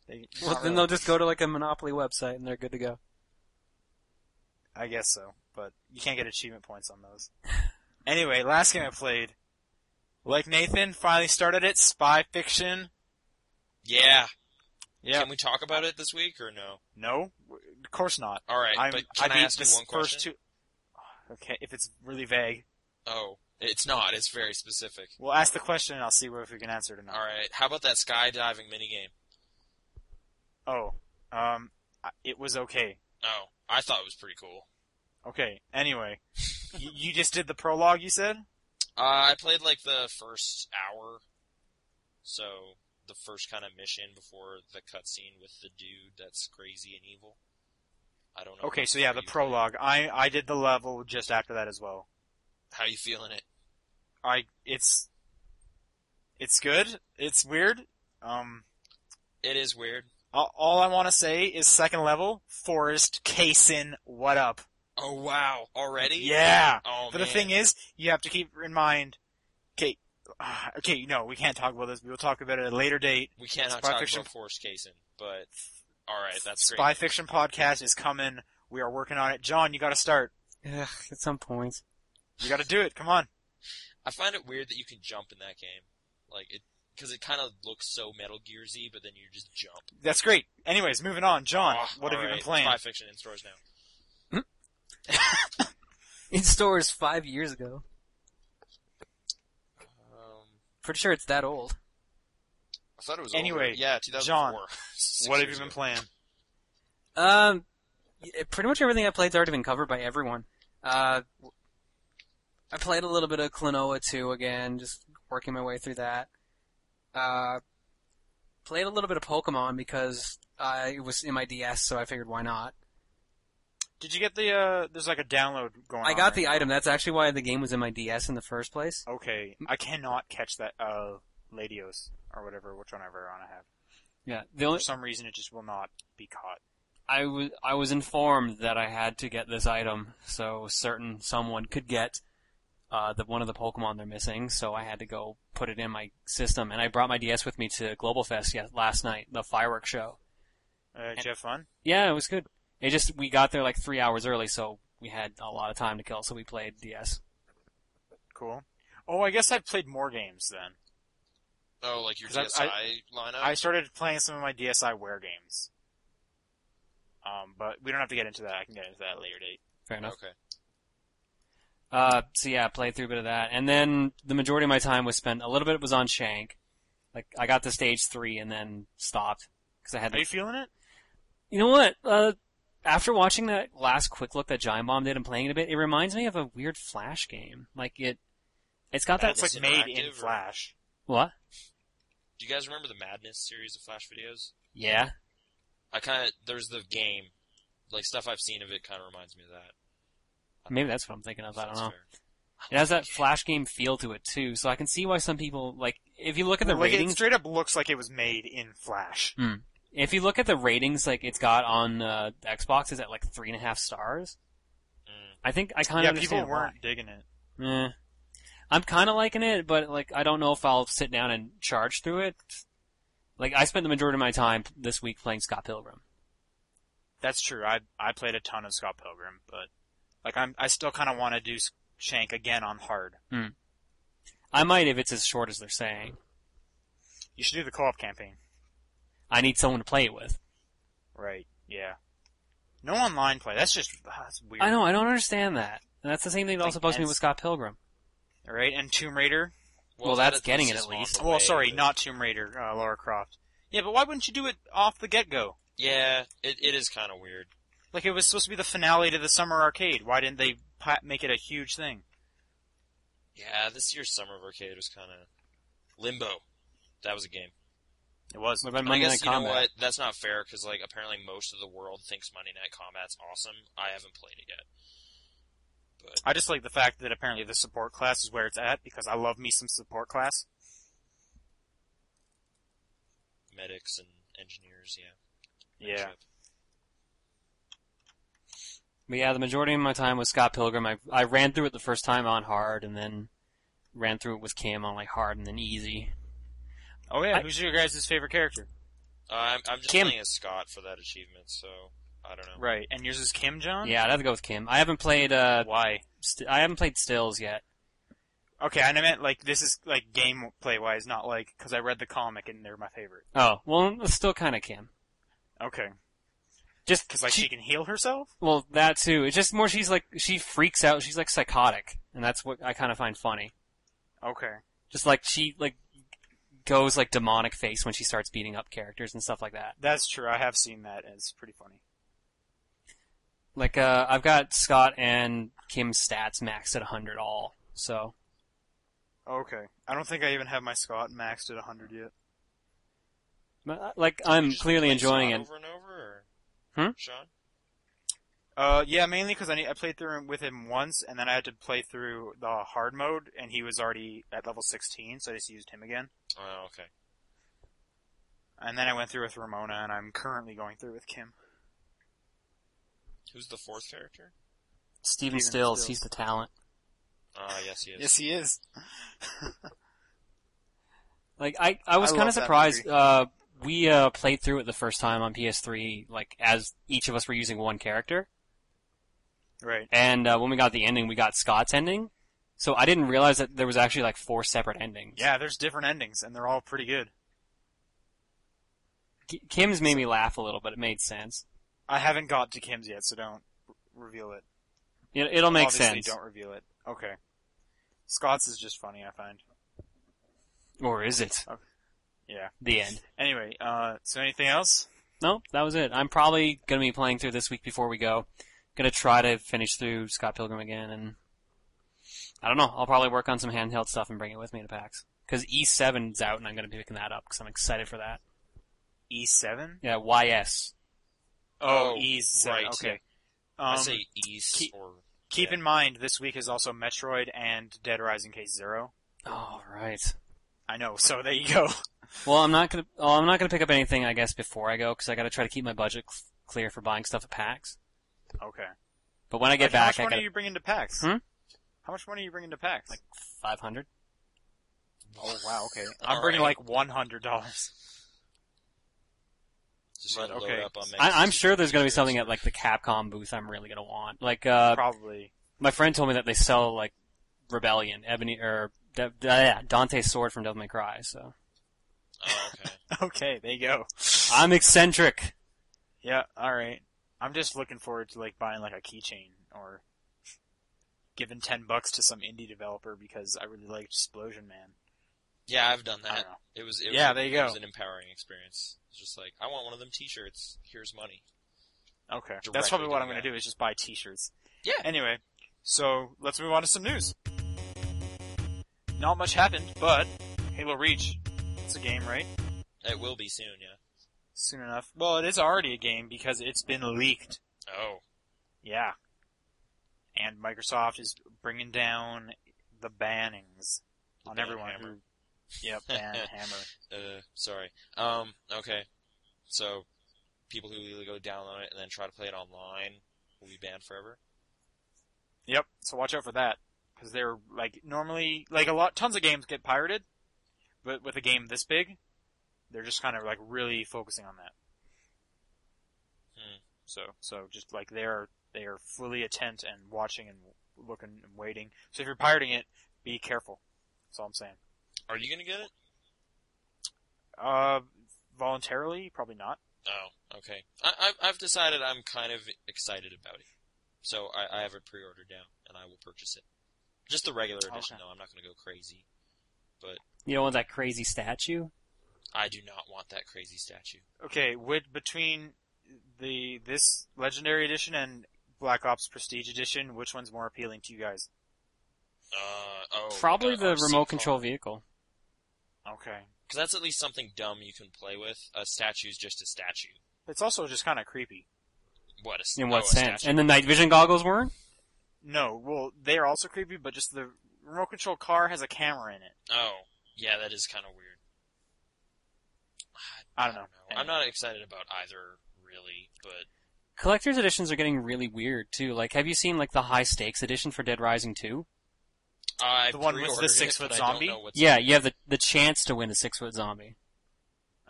B: They,
C: Well,
B: not
C: then
B: really.
C: they'll just go to like a Monopoly website and they're good to go.
B: I guess so, but you can't get achievement points on
A: [laughs]
B: those. Anyway, last game I played, like Nathan, finally started it. Spy Fiction.
A: Yeah.
B: Yeah.
A: Can we talk about it this week or no?
B: No, w- of course not.
A: All right,
B: I'm,
A: but can I,
B: beat
A: ask you
B: this
A: one question?
B: First two... [sighs] Okay, if it's really vague,
A: Oh, it's not. It's very specific.
B: we'll ask the question and I'll see if we can answer it or not.
A: All right. How about that skydiving minigame?
B: Oh, um, I- it was okay.
A: Oh, I thought it was pretty cool.
B: Okay. Anyway, you, you just did the prologue. You said.
A: Uh, I played like the first hour, so the first kind of mission before the cutscene with the dude that's crazy and evil. I don't know.
B: Okay,
A: what
B: so yeah,
A: you
B: the
A: played.
B: prologue. I I did the level just after that as well.
A: How you feeling it?
B: I it's it's good. It's weird. Um,
A: It is weird.
B: all, all I want to say is second level Forest Kaysen. What up?
A: Oh wow! Already?
B: Yeah.
A: Oh
B: but
A: man.
B: the thing is, you have to keep in mind. Okay, uh, [sighs] okay, no, we can't talk about this. We'll talk about it at a later date.
A: we cannot
B: Spy
A: talk
B: Fiction-
A: about force casing, but all right, that's
B: Spy
A: great.
B: Fiction podcast is coming. We are working on it. John, you got to start.
C: Ugh, at some point.
B: You got to do it. Come on.
A: I find it weird that you can jump in that game, like it, because it kind of looks so Metal Gearsy, but then you just jump.
B: That's great. Anyways, moving on. John,
A: Ah,
B: what have you
A: alright,
B: been playing?
A: Spy Fiction in stores now.
C: In stores five years ago.
A: Um,
C: Pretty sure it's that old.
A: I thought it was
B: Anyway,
A: older. yeah, 2004. [laughs] Six
B: What have you
A: years
B: been
A: ago.
B: playing?
C: Um, y- pretty much everything I played's already been covered by everyone. Uh, I played a little bit of Klonoa 2 again, just working my way through that. Uh, played a little bit of Pokemon because uh, it was in my DS, so I figured why not.
B: Did you get the? uh There's like a download going.
C: I
B: on
C: got
B: right
C: the
B: now.
C: item. That's actually why the game was in my DS in the first place.
B: Okay, I cannot catch that. Uh, Latios or whatever, which one ever on I have.
C: Yeah, the
B: For
C: only
B: some reason, it just will not be caught.
C: I was I was informed that I had to get this item, so certain someone could get uh, the one of the Pokemon they're missing. So I had to go put it in my system, and I brought my DS with me to Global Fest yes, last night, the fireworks show.
B: Uh, did you have fun?
C: Yeah, it was good. It just we got there like three hours early, so we had a lot of time to kill. So we played DS.
B: Cool. Oh, I guess I played more games then.
A: Oh, like your
B: 'Cause I-
A: DSi lineup.
B: I started playing some of my DSiWare games. Um, but we don't have to get into that. I can get into that at a later date.
C: Fair enough.
A: Okay.
C: Uh, so yeah, I played through a bit of that, and then the majority of my time was spent. A little bit was on Shank. Like I got to stage three and then stopped because I had.
B: Are
C: To,
B: you feeling it?
C: you know what? Uh, after watching that last quick look that Giant Bomb did and playing it a bit, it reminds me of a weird Flash game. Like it, it's got that.
A: That's-
B: It's like made in
A: interactive or-
B: Flash.
C: What?
A: Do you guys remember the Madness series of Flash videos?
C: Yeah.
A: I kind of there's the game, like stuff I've seen of it kind of reminds me of that.
C: Maybe that's what I'm thinking of. I don't
A: Sounds
C: know.
A: fair.
C: It has that Flash game feel to it too, so I can see why some people like. If you look at the
B: like,
C: ratings,
B: it straight up looks like it was made in Flash.
C: if you look at the ratings, like it's got on uh, Xbox, is at like three and a half stars.
A: Mm.
C: I think I kind of
B: yeah, people
C: understand why.
B: weren't digging it.
C: Eh. I'm kind of liking it, but like I don't know if I'll sit down and charge through it. Like I spent the majority of my time this week playing Scott Pilgrim.
B: That's true. I I played a ton of Scott Pilgrim, but like I'm I still kind of want to do S- Shank again on hard.
C: I might if it's as short as they're saying.
B: You should do the co-op campaign.
C: I need someone to play it with.
B: Right. Yeah. No online play. That's just ah, that's weird.
C: I know I don't understand that, and that's the same thing that
B: Like,
C: also bugs me
B: as-
C: with Scott Pilgrim.
B: All right. And Tomb Raider.
C: Well, that's getting it
A: just
C: at
A: on
C: least.
A: the
B: Well,
A: way,
B: sorry,
A: but-
B: not Tomb Raider. Uh, Laura Croft. Yeah, but why wouldn't you do it off the get-go?
A: Yeah, it, it is kind of weird.
B: Like it was supposed to be the finale to the summer arcade. Why didn't they pa- make it a huge thing?
A: Yeah, this year's summer of arcade was kind of limbo. That was a game.
B: It was.
C: What about
A: I
C: Monday
A: guess
C: Night
A: you
C: Combat?
A: know what? That's not fair because like apparently most of the world thinks Monday Night Combat's awesome. I haven't played it yet. But
B: I just like the fact that apparently the support class is where it's at because I love me some support class.
A: medics and engineers, yeah.
B: Yeah.
A: Chip.
C: But yeah, the majority of my time was Scott Pilgrim. I I ran through it the first time on hard, and then ran through it with Cam on like hard and then easy.
B: Oh yeah,
C: I-
B: who's your guys' favorite character?
A: Uh, I'm, I'm just
C: Kim-
A: playing as Scott for that achievement, so I don't know.
B: Right, and yours is Kim John.
C: Yeah, I'd have to go with Kim. I haven't played uh
B: Why?
C: st- I haven't played Stills yet.
B: Okay, and I meant like this is like gameplay wise, not like because I read the comic and they're my favorite.
C: Oh well, it's still kind of Kim.
B: Okay,
C: Just
B: because like she can heal herself.
C: Well, that too. It's just more she's like she freaks out. She's like psychotic, and that's what I kind of find funny.
B: Okay.
C: Just like she like goes like demonic face when she starts beating up characters and stuff like that.
B: That's true. I have seen that, and it's pretty funny.
C: Like uh, I've got Scott and Kim's stats maxed at 100 all. So
B: Okay. I don't think I even have my Scott maxed at 100 yet.
C: but, uh, like
A: You
C: I'm
A: just
C: clearly
A: play
C: enjoying
A: Scott
C: it.
A: Over and over, or
C: Hmm?
A: Sean?
B: Uh, yeah, mainly because I, need- I played through him with him once, and then I had to play through the hard mode, and he was already at level 16, so I just used him again.
A: Oh, okay.
B: And then I went through with Ramona, and I'm currently going through with Kim.
A: Who's the fourth character?
B: Steven
C: Steven Stills,
B: Stills.
C: he's the talent.
A: Ah, yes, he is.
B: he is.
C: Like I, I was
B: I
C: kind
B: love
C: of
B: that
C: surprised.
B: movie.
C: Uh, we uh, played through it the first time on PS3, like as each of us were using one character.
B: Right.
C: And uh, when we got the ending, we got Scott's ending. So I didn't realize that there was actually like four separate endings.
B: Yeah, there's different endings, and they're all pretty good.
C: K- Kim's made me laugh a little, but it made sense.
B: I haven't got to Kim's yet, so don't r- reveal it.
C: It, it'll make
B: Obviously,
C: sense,
B: don't reveal it. Okay. Scott's is just funny, I find.
C: or is it
B: Yeah.
C: the end?
B: Anyway, uh, so anything else?
C: No, that was it. I'm probably gonna be playing through this week before we go. Gonna try to finish through Scott Pilgrim again, and I don't know. I'll probably work on some handheld stuff and bring it with me to PAX because E7's out, and I'm gonna be picking that up because I'm excited for that.
B: E E7?
C: Yeah, YS.
A: Oh,
B: E7.
A: right,
B: E Okay.
A: I
B: Um,
A: say East
B: keep-
A: or
B: Keep
A: Yeah.
B: in mind, this week is also Metroid and Dead Rising Case Zero.
C: All Oh, right.
B: I know, [laughs] so there you go.
C: Well, I'm not gonna. Oh, I'm not gonna pick up anything, I guess, before I go because I gotta try to keep my budget c- clear for buying stuff at PAX.
B: Okay.
C: But when I get
B: Like,
C: back,
B: How
C: I
B: much money
C: got
B: are you bringing to PAX?
C: Hmm?
B: How much money are you bringing to PAX?
C: Like- 500.
B: oh wow, okay.
A: All
B: I'm bringing
A: right.
B: like one hundred dollars.
A: just
B: but
A: gonna load
B: okay.
A: up on
C: I, I'm
A: Mexican
C: sure there's gonna be
A: characters.
C: something at like the Capcom booth. I'm really gonna want. Like, uh,
B: Probably. [laughs]
C: my friend told me that they sell like Rebellion, Ebony, or De- De- yeah, Dante's sword from Devil May Cry. So
A: Oh, okay.
B: Okay, there you go.
C: I'm eccentric.
B: Yeah, alright. I'm just looking forward to like buying like a keychain or giving ten bucks to some indie developer because I really liked Explosion Man.
A: Yeah, I've done
B: I don't
A: that.
B: know.
A: It was. It
B: Yeah,
A: was,
B: there you
A: It was
B: go.
A: an empowering experience. It's just like I want one of them T-shirts. Here's money.
B: Okay.
A: directly
B: That's probably what
A: to
B: I'm going
A: that.
B: to do is just buy t-shirts.
A: Yeah.
B: Anyway, so let's move on to some news. Not much happened, but Halo Reach, it's a game, right?
A: It will be soon. Yeah.
B: Soon enough. Well, it is already a game because it's been leaked.
A: Oh.
B: Yeah. And Microsoft is bringing down the bannings on
A: ban
B: everyone
A: hammer.
B: who
A: [laughs]
B: Yep, ban hammer.
A: Uh. Sorry. Um. Okay. So, people who illegally go download it and then try to play it online will be banned forever.
B: Yep. So watch out for that because they're like normally like a lot tons of games get pirated, but with a game this big, they're just kind of like really focusing on that.
A: Hmm.
B: So so just like they are they are fully attent and watching and looking and waiting. So if you're pirating it, be careful. That's all I'm saying.
A: Are you gonna get it?
B: Uh, voluntarily, probably not.
A: Oh. Okay. I, I I've decided I'm kind of excited about it. So I, I have a pre-order down and I will purchase it. Just the regular edition
B: Okay.
A: though. I'm not gonna go crazy.
C: You don't want that crazy statue?
A: I do not want that crazy statue.
B: Okay, would between the this legendary edition and Black Ops Prestige edition, which one's more appealing to you guys?
A: Uh, oh,
C: Probably
A: uh,
C: the
A: RC car.
C: remote control vehicle.
B: Okay.
A: Because that's at least something dumb you can play with. A statue's just a statue.
B: It's also just kind of creepy.
A: What a s-
C: In what
A: oh, a
C: sense?
A: statue.
C: And the night vision goggles weren't.
B: No, well, they are also creepy, but just the remote control car has a camera in it.
A: oh, yeah, that is kind of weird.
B: I don't know.
A: I'm not excited about either, really, but
C: collector's editions are getting really weird too. Like, have you seen like the high stakes edition for Dead Rising 2?
A: I
B: The one with the
A: pre-ordered it,
B: six-foot
A: but I don't
B: zombie?
A: know what's-
C: Yeah, you have the the chance to win a six foot zombie.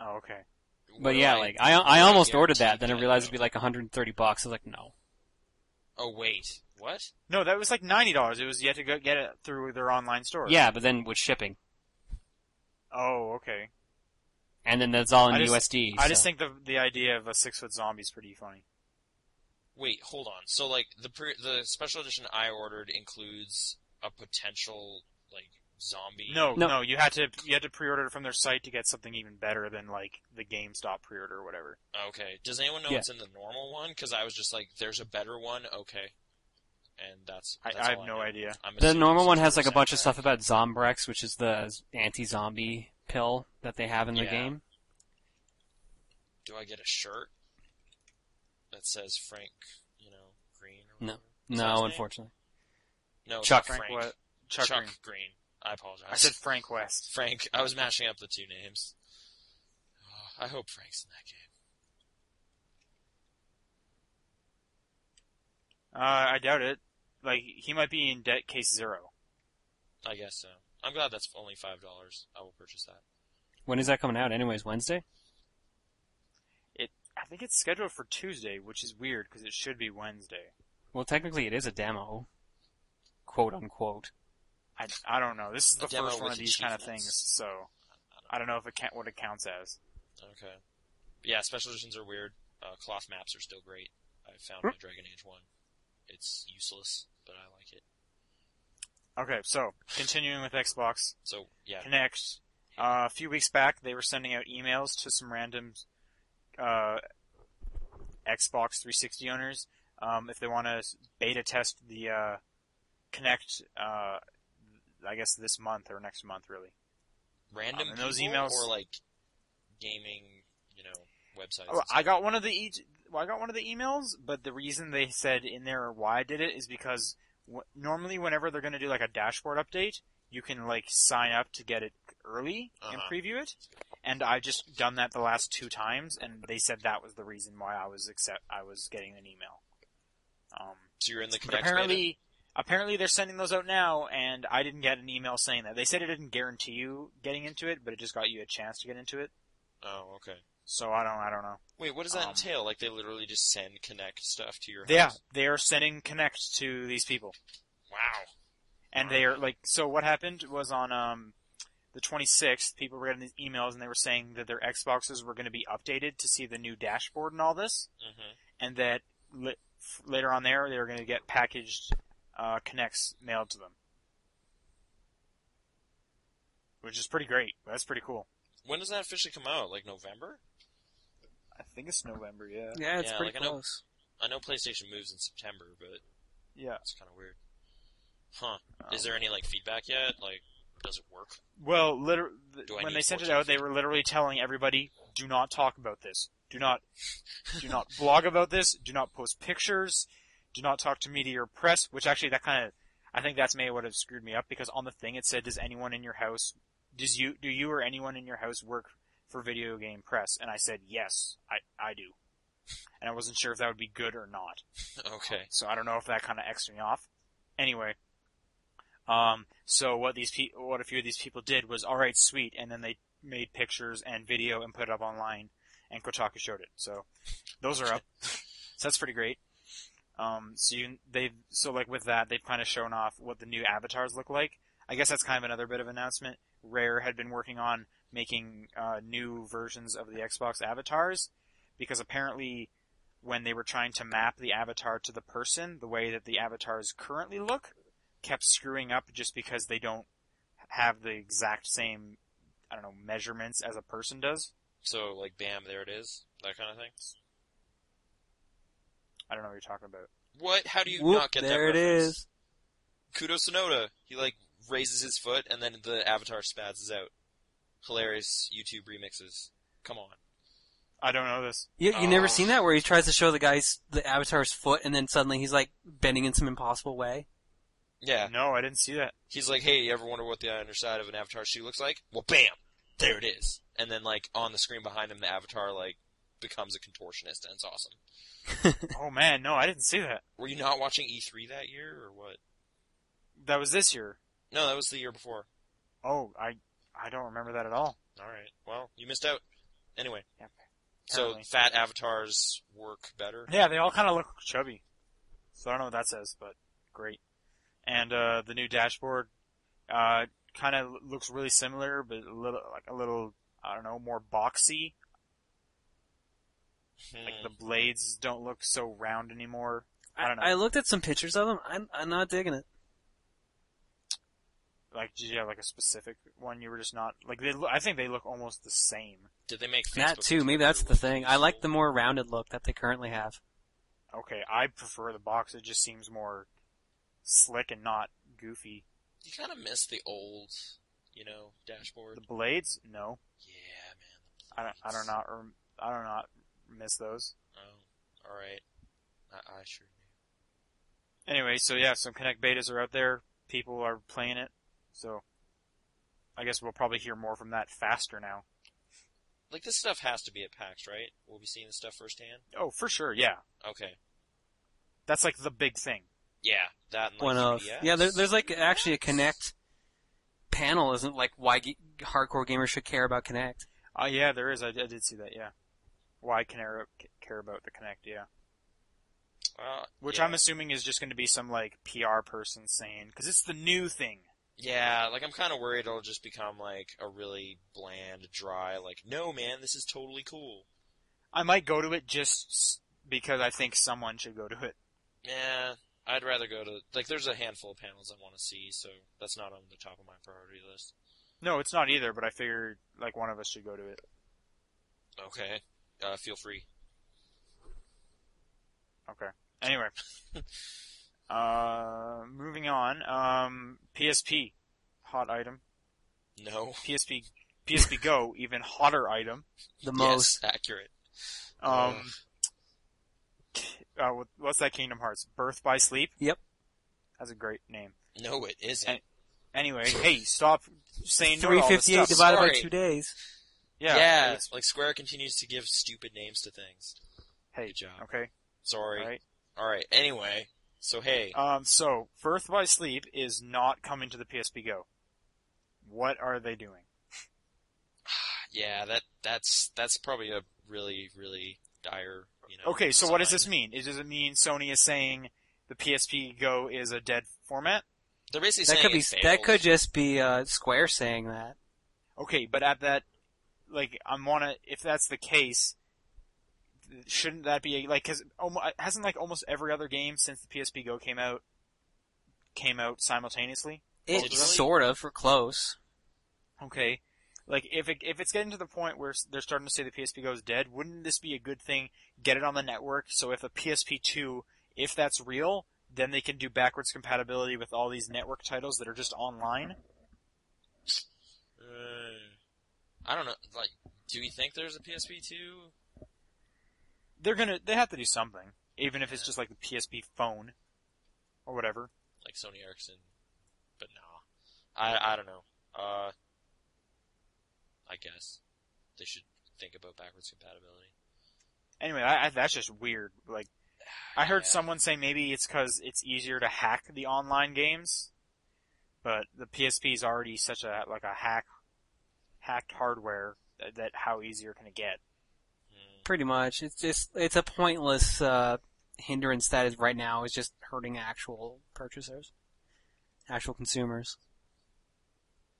B: Oh, okay.
A: what
C: But
A: do
C: yeah,
A: I-
C: like I
A: what do
C: I almost
A: guarantee
C: ordered that, then I
A: that,
C: realized it'd
A: though?
C: be like 130 bucks. I was like, no.
A: Oh wait, what?
B: No, that was like ninety dollars. It was you had to go get it through their online store.
C: Yeah, but then with shipping,
B: Oh, okay.
C: and then that's all in
B: I just-
C: USD.
B: I just
C: so-
B: think the the idea of a six foot zombie is pretty funny.
A: Wait, hold on. So like the pre- the special edition I ordered includes a potential like zombie.
B: No,
C: No.
B: no, you had to you had to pre order it from their site to get something even better than like the GameStop pre order or whatever.
A: Okay. Does anyone know
C: Yeah.
A: what's in the normal one? Because I was just like, there's a better one. Okay. And that's.
B: I,
A: that's
B: I
A: all
B: have no
A: know.
B: idea.
A: I'm
C: The
A: assuming
C: normal
A: it's
C: one has like a
A: 60%
C: bunch of
A: back.
C: stuff about Zombrex, which is the anti-zombie pill that they have in the
A: Yeah.
C: game.
A: Do I get a shirt that says Frank? You know, Green. Or
C: No.
A: whatever? Is that his
C: No,
A: name?
C: unfortunately.
A: No, it's
C: Chuck.
A: not
B: Frank,
A: Frank.
B: what? Chuck,
A: Chuck,
B: Green.
A: Green. I apologize.
B: I said Frank
A: [laughs]
B: West.
A: Frank. I was mashing up the two names. [sighs] Oh, I hope Frank's in that game.
B: Uh, I doubt it. Like he might be in debt case zero.
A: I guess so. I'm glad that's only five dollars. I will purchase that.
C: When is that coming out? Anyways, Wednesday.
B: I think it's scheduled for Tuesday, which is weird because it should be Wednesday.
C: Well, technically, it is a demo, quote unquote.
B: I, I don't know. This is the
A: A demo
B: first one
A: with
B: of these kind of
A: achievements.
B: things, so I don't know if it can what it counts as.
A: Okay. But yeah, special editions are weird. Uh, cloth maps are still great. I found
B: Hmm.
A: my Dragon Age one. It's useless, but I like it.
B: Okay, so continuing with Xbox
A: So yeah,
B: Connect, uh, a few weeks back they were sending out emails to some random uh, Xbox 360 owners um, if they want to beta test the uh, Connect. Uh, I guess this month or next month, really.
A: random
B: um, and those
A: people
B: emails-
A: or like gaming, you know, websites.
B: Oh, I got one of the e- well, I got one of the emails, but the reason they said in there why I did it is because w- normally whenever they're going to do like a dashboard update, you can like sign up to get it early and
A: Uh-huh.
B: preview it. And I've just done that the last two times, and they said that was the reason why I was accept I was getting an email. Um,
A: so you're in the
B: but
A: Connect
B: apparently,
A: beta?
B: apparently they're sending those out now, and I didn't get an email saying that. They said it didn't guarantee you getting into it, but it just got you a chance to get into it.
A: Oh, okay.
B: So I don't, I don't know.
A: Wait, what does that
B: Um,
A: entail? Like they literally just send Connect stuff to your house?
B: Yeah, they are sending Connect to these people,
A: Wow.
B: and they are like. So what happened was on um, the 26th, people were getting these emails, and they were saying that their Xboxes were going to be updated to see the new dashboard and all this,
A: hmm
B: and that li- f- later on there they were going to get packaged uh, Connects mailed to them, which is pretty great. That's pretty cool.
A: When does that officially come out? Like November?
B: I think it's November. Yeah.
C: Yeah,
A: it's Yeah, pretty like, I know-
C: close.
A: I know PlayStation moves in September, but
B: Yeah.
A: it's kind of weird. Huh? Is
B: Um,
A: there any like feedback yet? Like, does it work? [laughs]
B: Well, liter- th-
A: Do I
B: when
A: need
B: they sent it
A: 14?
B: out, they were literally telling everybody, "Do not talk about this. Do not, do not blog about this. Do not post pictures. Do not talk to media or press." Which actually, that kind of, I think that's maybe what have screwed me up because on the thing it said, "Does anyone in your house, does you, do you or anyone in your house work for video game press?" And I said, "Yes, I, I do." And I wasn't sure if that would be good or not.
A: Okay.
B: So I don't know if that kind of X'd me off. Anyway, um, so what these pe- what a few of these people did was, all right, sweet, and then they made pictures and video and put it up online, and Kotaku showed it. So those are up. so that's pretty great. Um, so you they've so like with that they've kind of shown off what the new avatars look like. I guess that's kind of another bit of announcement. Rare had been working on making uh, new versions of the Xbox avatars because apparently when they were trying to map the avatar to the person, the way that the avatars currently look, kept screwing up just because they don't have the exact same, I don't know, measurements as a person does.
A: So like, bam, there it is, that kind of thing.
B: I don't know what you're talking about.
A: What? How do you
C: Whoop,
A: not get
C: there
A: that?
C: it
A: reference?
C: is.
A: Kudo Sonoda. He like raises his foot, and then the avatar spazzes out. Hilarious YouTube remixes. Come on.
B: I don't know this.
C: You, you never
A: Oh.
C: seen that where he tries to show the guy's the avatar's foot, and then suddenly he's like bending in some impossible way.
A: Yeah.
B: No, I didn't see that.
A: He's like, hey, you ever wonder what the underside of an avatar shoe looks like? Well, bam, there it is. And then like on the screen behind him, the avatar like becomes a contortionist, and it's awesome.
B: Oh man, no, I didn't see that.
A: Were you not watching E3 that year, or what?
B: That was this year.
A: No, that was the year before.
B: Oh, I I don't remember that at all.
A: All right. Well, you missed out. Anyway.
B: Yep.
A: So
B: Apparently.
A: fat avatars work better.
B: Yeah, they all kind of look chubby. So I don't know what that says, but great. And uh, the new dashboard uh, kind of looks really similar, but a little like a little I don't know more boxy. [laughs]
A: Hmm.
B: Like the blades don't look so round anymore. I don't know.
C: I looked at some pictures of them. I'm, I'm not digging it.
B: Like did you have like a specific one you were just not like they? lo- I think they look almost the same.
A: Did they make Facebook
C: that too. Maybe that's the thing. I like the more rounded look that they currently have.
B: Okay, I prefer the box. It just seems more slick and not goofy.
A: You kind of miss the old, you know, dashboard.
B: The blades, no,
A: Yeah, man.
B: I don't. I don't not. rem- I don't not miss those.
A: Oh, all right. I, I sure do.
B: Anyway, so yeah, some Connect betas are out there. People are playing it, so I guess we'll probably hear more from that faster now.
A: Like this stuff has to be at PAX, right? We'll be seeing this stuff firsthand.
B: Oh, for sure, yeah.
A: Okay.
B: That's like the big thing.
A: Yeah, that and like
C: One of
A: PDFs.
C: yeah. There, there's like actually a Connect panel. Isn't like why ge- hardcore gamers should care about Connect.
B: Oh yeah, there is. I, I did see that. Yeah. Why care care about the Connect? Yeah.
A: Uh,
B: Which
A: yeah.
B: I'm assuming is just going to be some like PR person saying because it's the new thing.
A: Yeah, like I'm kind of worried it'll just become like a really bland, dry. Like, no, man, this is totally cool.
B: I might go to it just s- because I think someone should go to it.
A: Yeah, I'd rather go to like. There's a handful of panels I want to see, so that's not on the top of my priority list.
B: No, it's not either, but I figured like one of us should go to it.
A: Okay, uh, feel free.
B: Okay. Anyway. [laughs] uh, moving on. Um, PSP, hot item.
A: No,
B: PSP,
C: [laughs]
B: PSP Go, even hotter item.
C: The
A: yes,
C: most.
A: accurate.
B: Um, uh, what- what's that Kingdom Hearts? Birth by Sleep.
C: Yep.
B: That's a great name.
A: No, it isn't.
B: And- Anyway, hey, stop saying no to
C: Three
B: all this
C: fifty eight
B: stuff.
C: divided by
A: Sorry.
C: two days.
A: yeah,
B: Yeah.
A: it's-
B: it's-
A: like Square continues to give stupid names to things.
B: Hey.
A: Good job.
B: Okay.
A: Sorry.
B: All right.
A: All right. Anyway, so hey,
B: Um, so Birth by Sleep is not coming to the PSP Go. What are they doing?
A: yeah, that that's that's probably a really really dire. You know.
B: Okay, so what does
A: sign.
B: this mean? It does it mean Sony is saying the PSP Go is a dead format?
A: They're basically
C: That
A: saying
C: could be.
A: it failed.
C: That could just be uh, Square saying that.
B: Okay, but at that, like, I wanna. If that's the case, shouldn't that be a, like? Cause almo- hasn't like almost every other game since the PSP Go came out came out simultaneously?
C: It
A: Did you really-
C: sort of or close.
B: Okay, like if it, if it's getting to the point where s- they're starting to say the PSP Go is dead, wouldn't this be a good thing? Get it on the network. So if a PSP Two, if that's real. Then they can do backwards compatibility with all these network titles that are just online.
A: Uh, I don't know. Like, do you think there's a PSP two?
B: they're gonna they have to do something, even if it's just like the PSP phone or whatever.
A: Like Sony Ericsson, but nah. I I don't know. Uh, I guess they should think about backwards compatibility.
B: Anyway, I, I, that's just weird. Like I heard
A: Yeah.
B: someone say maybe it's because it's easier to hack the online games, but the PSP is already such a like a hack hacked hardware that, that how easier can it get?
A: Hmm.
B: Mm,
C: Pretty much. It's just it's a pointless uh, hindrance that is right now is just hurting actual purchasers, actual consumers.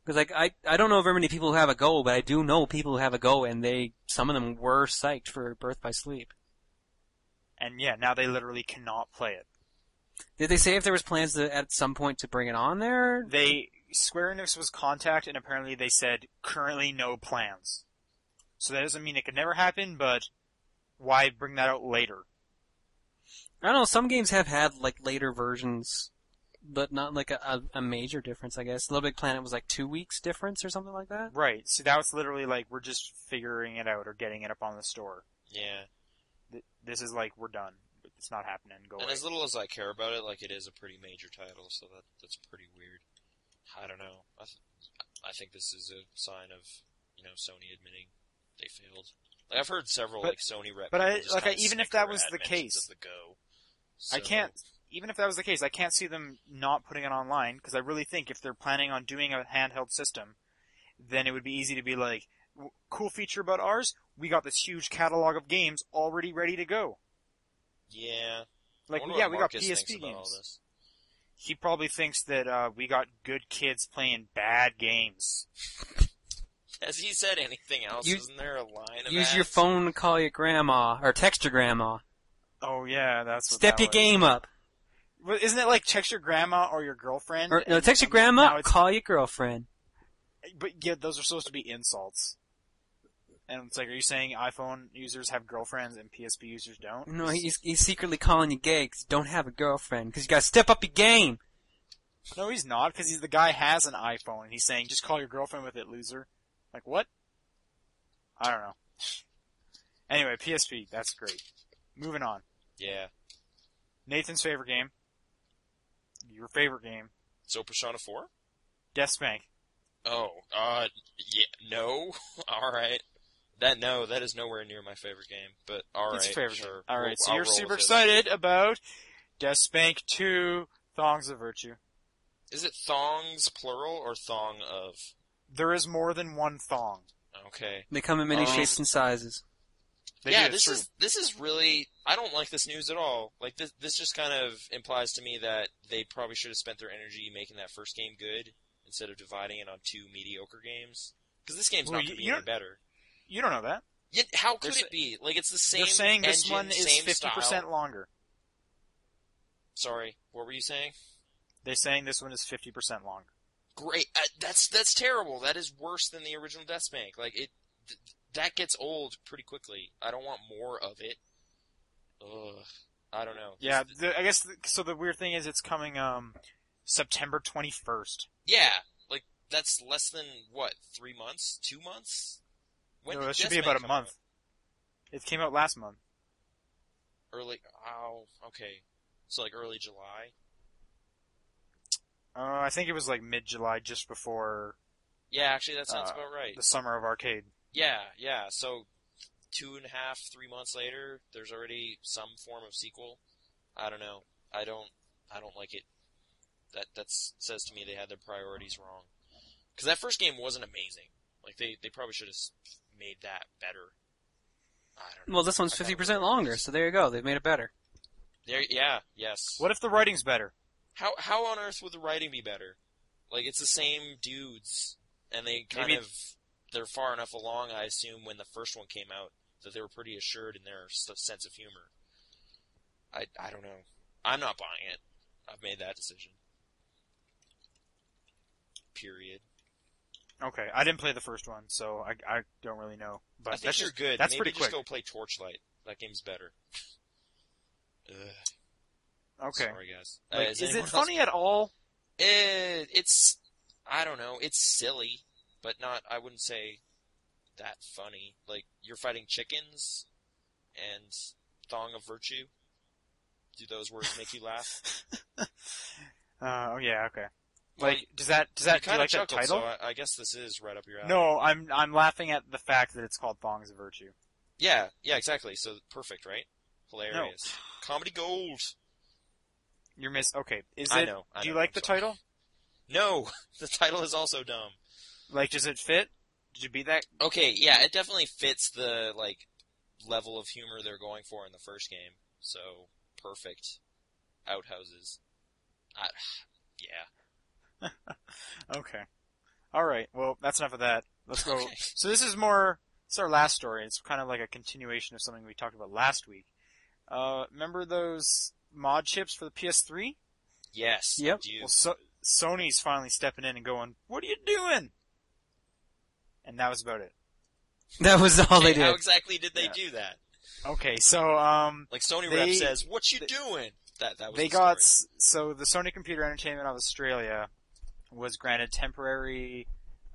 C: Because like I I don't know very many people who have a go, but I do know people who have a go, and they some of them were psyched for Birth by Sleep.
B: And yeah, now they literally cannot play it.
C: Did they say if there was plans to, at some point to bring it on there?
B: They Square Enix was contact, and apparently they said currently no plans. So that doesn't mean it could never happen, but why bring that out later?
C: I don't know. Some games have had like later versions, but not like a, a, a major difference. I guess Little Big Planet was like two weeks difference or something like that.
B: Right. So that was literally like we're just figuring it out or getting it up on the store.
A: Yeah.
B: Th- This is like we're done. It's not happening. Go
A: And
B: away.
A: as little as I care about it, like it is a pretty major title, so that that's pretty weird. I don't know. I th- I think this is a sign of you know Sony admitting they failed. Like, I've heard several
B: But-
A: like Sony rep.
B: but I-
A: people just
B: like, I-
A: kinda
B: even if
A: snicker
B: that was
A: at
B: the
A: mentions
B: case,
A: of the Go.
B: I
A: So-
B: can't. Even if that was the case, I can't see them not putting it online because I really think if they're planning on doing a handheld system, then it would be easy to be like, w- "Cool feature about ours: we got this huge catalog of games already ready to go."
A: Yeah.
B: Like,
A: I wonder
B: yeah,
A: what
B: we
A: Marcus
B: got
A: thinks
B: PSP
A: about all
B: games.
A: this.
B: He probably thinks that uh, we got good kids playing bad games.
A: Has he said anything else?
C: Use-
A: Isn't there a line? of
C: Use your
A: ads?
C: phone to call your grandma or text your grandma.
B: Oh yeah, that's what
C: Step
B: that
C: your
B: was.
C: game up.
B: Well, Isn't it like text your grandma or your girlfriend?
C: Or, no,
B: And-
C: text your
B: and now
C: grandma.
B: it's-
C: Call your girlfriend.
B: But yeah, those are supposed to be insults. And it's like, are you saying iPhone users have girlfriends and PSP users don't?
C: No, he's, he's secretly calling you gay 'cause you don't have a girlfriend. Because you gotta step up your game.
B: no, he's not because he's the guy has an iPhone and he's saying just call your girlfriend with it, loser. Like what? I don't know. Anyway, PSP, that's great. Moving on.
A: Yeah.
B: Nathan's favorite game. Your favorite game,
A: So Persona Four.
B: Death Spank.
A: Oh. Uh. Yeah. No. [laughs] all right. That no. That is nowhere near my favorite game. But all right.
B: It's your favorite
A: Sure.
B: All right,
A: We'll-
B: so
A: I'll
B: you're
A: roll
B: super
A: with this.
B: excited about Death Spank 2: Thongs of Virtue.
A: Is it thongs plural or thong of?
B: There is more than one thong.
A: Okay.
C: They come in many
B: Oh,
A: Um,
C: shapes and sizes.
B: They
A: yeah,
B: do,
A: this
B: it's
A: is this is really. I don't like this news at all. Like this, this just kind of implies to me that they probably should have spent their energy making that first game good instead of dividing it on two mediocre games. Because this game's
B: Well,
A: not
B: you-
A: going to be
B: you
A: any
B: don't-
A: better.
B: true. You don't know that.
A: Yet, how could
B: They're sa-
A: it be? Like it's the same.
B: They're saying this
A: engine,
B: one is
A: same
B: fifty percent
A: style.
B: longer.
A: Sorry, what were you saying?
B: They're saying this one is fifty percent longer.
A: Great. Uh, that's that's terrible. That is worse than the original Death Bank. Like it, th- that gets old pretty quickly. I don't want more of it. Ugh. I don't know.
B: Yeah, the, I guess. The, so the weird thing is, it's coming um September twenty first.
A: Yeah, like that's less than what three months, two months.
B: No,
A: did
B: it should
A: Death
B: be
A: Man
B: about a
A: come
B: month. It came out last month.
A: out? Early. Oh, okay. So like early July.
B: Uh, I think it was like mid July, just before
A: Yeah, actually, that sounds
B: Uh,
A: about right.
B: the summer of arcade.
A: Yeah, yeah. So two and a half, three months later, there's already some form of sequel. I don't know. I don't. I don't like it. That that says to me they had their priorities wrong. Because that first game wasn't amazing. Like they they probably should have s- made that better. I don't know.
C: Well, this one's
A: I thought it
C: fifty
A: was
C: percent
A: really
C: longer, so there you go. They've made it better. [laughs]
A: There, yeah, yes.
B: What if the writing's better?
A: How how on earth would the writing be better? Like it's the same dudes, and they kind
B: Maybe-
A: of they're far enough along, I assume, when the first one came out that they were pretty assured in their s- sense of humor. I I don't know. I'm not buying it. I've made that decision. Period.
B: Okay, I didn't play the first one, so I, I don't really know. But
A: I think
B: that's
A: you're
B: just-
A: good.
B: That's
A: Maybe
B: pretty
A: just
B: quick.
A: go play Torchlight. That game's better. [laughs] Ugh,
B: okay.
A: Sorry, guys. Uh,
B: Like,
A: is
B: is
A: anyone
B: it
A: else-
B: funny at all?
A: Eh, it's I don't know. It's silly, but not. I wouldn't say that funny. Like you're fighting chickens and thong of virtue. Do those words make you laugh?
B: Uh, oh yeah, okay.
A: Well,
B: [laughs] Like, does that does that do you
A: kind of
B: like that
A: chuckled,
B: title?
A: So I, I guess this is right up your alley.
B: No, I'm I'm laughing at the fact that it's called Thongs of Virtue.
A: Yeah. Yeah. Exactly. So perfect, right? Hilarious. Comedy gold.
B: You're miss. Okay, is
A: I
B: it?
A: know. I
B: do you
A: know,
B: like
A: I'm
B: the
A: sorry.
B: title?
A: No, [laughs] the title is also dumb.
B: Like, does it fit? Did you beat that?
A: Okay, yeah, it definitely fits the like level of humor they're going for in the first game. So perfect. Outhouses. I, [sighs] yeah.
B: Okay. All right. Well, that's enough of that. Let's go.
A: Okay.
B: So this is more. It's our last story. It's kind of like a continuation of something we talked about last week. Uh, remember those mod chips for the PS3?
A: Yes.
C: Yep.
A: Do you-
B: Well, so- Sony's finally stepping in and going, "What are you doing?" And that was about it.
C: That was all they
A: Okay, How
C: did.
A: exactly did they
B: Yeah.
A: do that?
B: Okay, so um,
A: Like Sony
B: They-
A: rep says, "What you
B: they-
A: doing?" That that was
B: they
A: the
B: got
A: story.
B: s so the Sony Computer Entertainment of Australia was granted temporary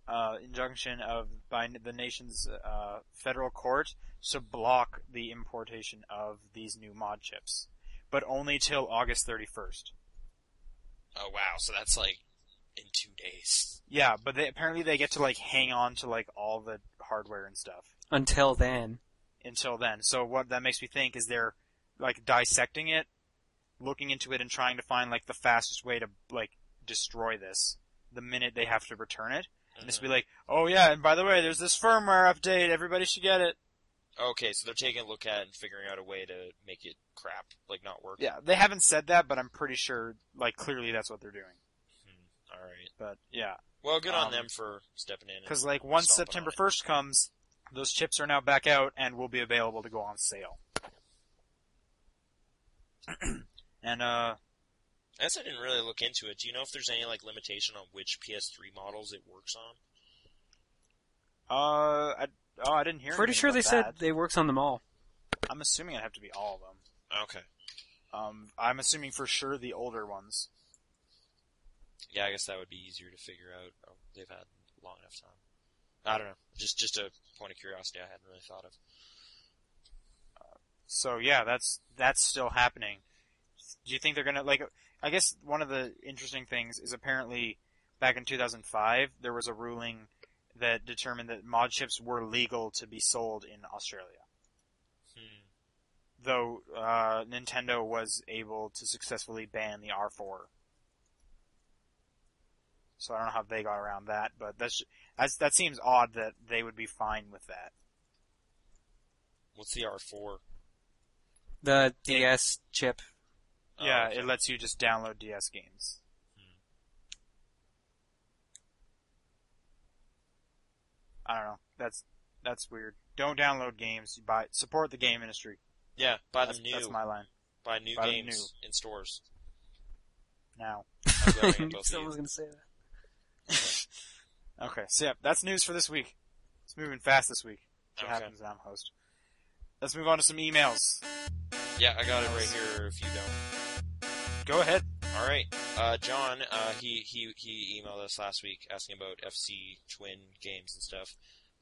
B: uh, injunction of by n- the nation's uh, federal court to block the importation of these new mod chips, but only till August 31st.
A: Oh wow! So that's like in two days.
B: Yeah, but they, apparently they get to like hang on to like all the hardware and stuff.
C: Until then,
B: until then. So what that makes me think is they're like dissecting it, looking into it, and trying to find like the fastest way to like destroy this the minute they have to return it. And it's be
A: Mm-hmm.
B: like, oh yeah, and by the way, there's this firmware update. Everybody should get it.
A: Uh, Okay, so they're taking a look at it and figuring out a way to make it crap, like not work.
B: Yeah, they haven't said that, but I'm pretty sure, like clearly, that's what they're doing.
A: All right.
B: But yeah,
A: Well, good on
B: Um,
A: them for stepping in. and-
B: because like once
A: Stomping
B: September
A: on it.
B: 1st comes, those chips are now back out and will be available to go on sale. [clears throat] and uh,
A: I guess I didn't really look into it. Do you know if there's any like limitation on which PS3 models it works on?
B: uh, I, oh, I didn't hear.
C: Pretty
B: anything
C: sure
B: about
C: they said
B: that.
C: they works on them all.
B: I'm assuming it'd have to be all of them.
A: Okay.
B: Um, I'm assuming for sure the older ones.
A: Yeah, I guess that would be easier to figure out. Oh, they've had long enough time. I don't know. Just just a point of curiosity I hadn't really thought of.
B: So yeah, that's that's still happening. Do you think they're gonna like? I guess one of the interesting things is apparently back in 2005 there was a ruling that determined that mod chips were legal to be sold in Australia,
A: Hmm.
B: though uh, Nintendo was able to successfully ban the R4. So I don't know how they got around that, but that's, that's that seems odd that they would be fine with that.
A: What's the R4?
C: The DS chip.
A: Oh,
B: yeah,
A: okay.
B: it lets you just download DS games.
A: Hmm.
B: I don't know. That's that's weird. Don't download games. You buy support the game industry.
A: yeah, buy them
B: That's,
A: new.
B: that's my line
A: buy new
B: buy them
A: games in
B: [laughs]
A: stores.
B: now.
A: I'm
C: [laughs]
A: going at both of you.
C: Someone's gonna say that.
B: Okay, so yeah, that's news for this week. It's moving fast this week. That's
A: Okay.
B: What happens when I'm host? Let's move on to some emails.
A: Yeah, I got it right here. If you don't.
B: Go ahead.
A: All right, uh, John. Uh, he he he emailed us last week asking about FC Twin games and stuff.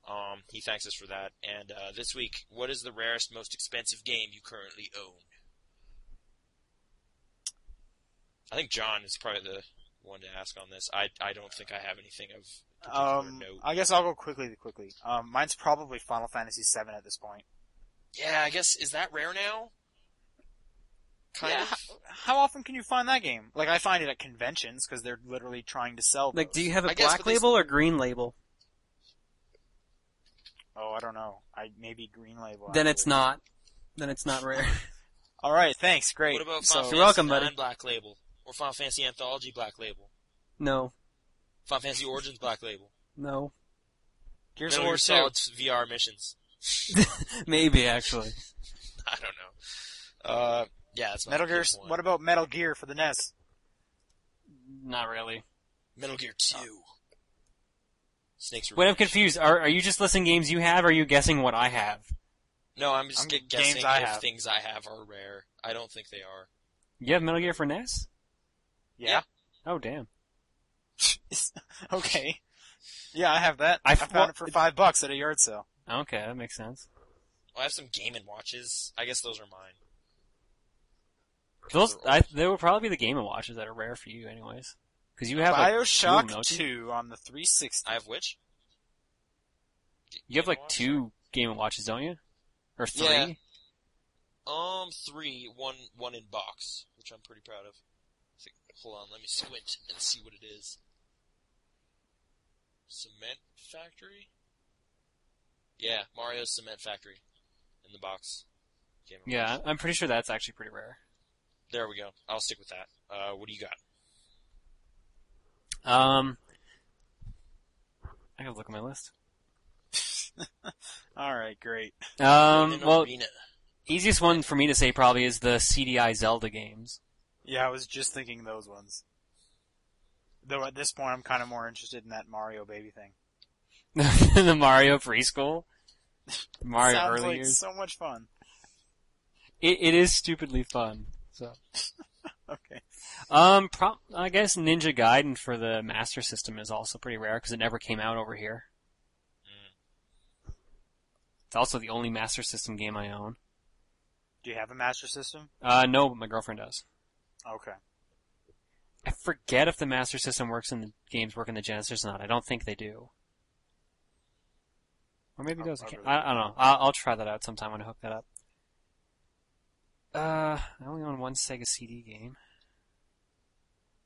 A: Um, he thanks us for that. And uh, this week, what is the rarest, most expensive game you currently own? I think John is probably the one to ask on this. I I don't think I have anything of particular
B: Um,
A: note.
B: I guess I'll go quickly. Quickly. Um, mine's probably Final Fantasy VII at this point.
A: Yeah, I guess is that rare now? Kind
B: Yeah,
A: of.
B: h- How often can you find that game? Like I find it at conventions because they're literally trying to sell.
C: Like,
B: those.
C: do you have
A: I
C: a
A: guess,
C: black
A: but they-
C: label or green label?
B: Oh, I don't know. I maybe Green Label.
C: Then it's
B: actually.
C: not. Then it's not rare. [laughs]
B: All right. Thanks. Great.
A: What about
B: so,
A: Final
C: You're welcome,
A: Fantasy
C: buddy.
A: IX Black Label or Final Fantasy Anthology Black Label?
C: no,
A: Final Fantasy Origins Black Label.
C: no,
B: Gears of
A: Metal
B: War
A: Gear
B: Two?
A: Solid VR missions. [laughs]
C: [laughs] maybe actually.
A: I don't know. Uh, yeah, that's my
B: Metal Gear.
A: pick one.
B: What about Metal Gear for the E NES?
C: Not really.
A: Metal Gear Two? Snakes.
C: Wait, I'm
A: Revenge.
C: confused. Are are you just listing games you have? or Are you guessing what I have?
A: No, I'm just
B: I'm
A: gu-
B: games
A: guessing if
B: I have.
A: things I have are rare. I don't think they are.
C: You have Metal Gear for NES?
A: Yeah.
C: Oh damn.
B: [laughs] okay. Yeah, I have that.
C: I
B: I,
C: f-
B: found it for five bucks at a yard sale.
C: Okay, that makes sense.
A: Oh, I have some Game and Watches. I guess those are mine.
C: Those,
A: They're
C: I,
A: old.
C: they would probably be the Game and Watches that are rare for you, anyways, because you have like
B: Bioshock
C: two, no,
B: 2, on the 360.
A: I have which? G-
C: you have
A: Game
C: like
A: and Watch?
C: two Game and Watches, don't you? Or three?
A: Yeah. Um, three. One, one in box, which I'm pretty proud of. It's like- Hold on, let me squint and see what it is. Cement Factory. Yeah, Mario's Cement Factory in the box. Game of
C: Yeah,
A: Thrones.
C: I'm pretty sure that's actually pretty rare.
A: There we go. I'll stick with that. Uh, what do you got?
C: Um, I gotta look at my list.
B: All right, great.
C: Um,
A: Ronin
C: well,
A: Arena.
C: easiest one for me to say probably is the CDI Zelda games.
B: Yeah, I was just thinking those ones. Though at this point, I'm kind of more interested in that Mario baby thing.
C: [laughs] the Mario preschool, Mario
B: Sounds
C: early
B: like
C: years.
B: so much fun. [laughs]
C: It, it is stupidly fun. So,
B: Okay.
C: um, pro- I guess Ninja Gaiden for the Master System is also pretty rare because it never came out over here.
A: Mm.
C: It's also the only Master System game I own.
B: Do you have a Master System?
C: Uh, no, but my girlfriend does.
B: Okay.
C: I forget if the Master System works in the games work in the Genesis or not. I don't think they do. Or maybe
B: I'll-
C: those. I,
B: I'll
C: can't-
B: really-
C: I, I don't know. I'll, I'll try that out sometime when I hook that up. Uh, I only own one Sega CD game.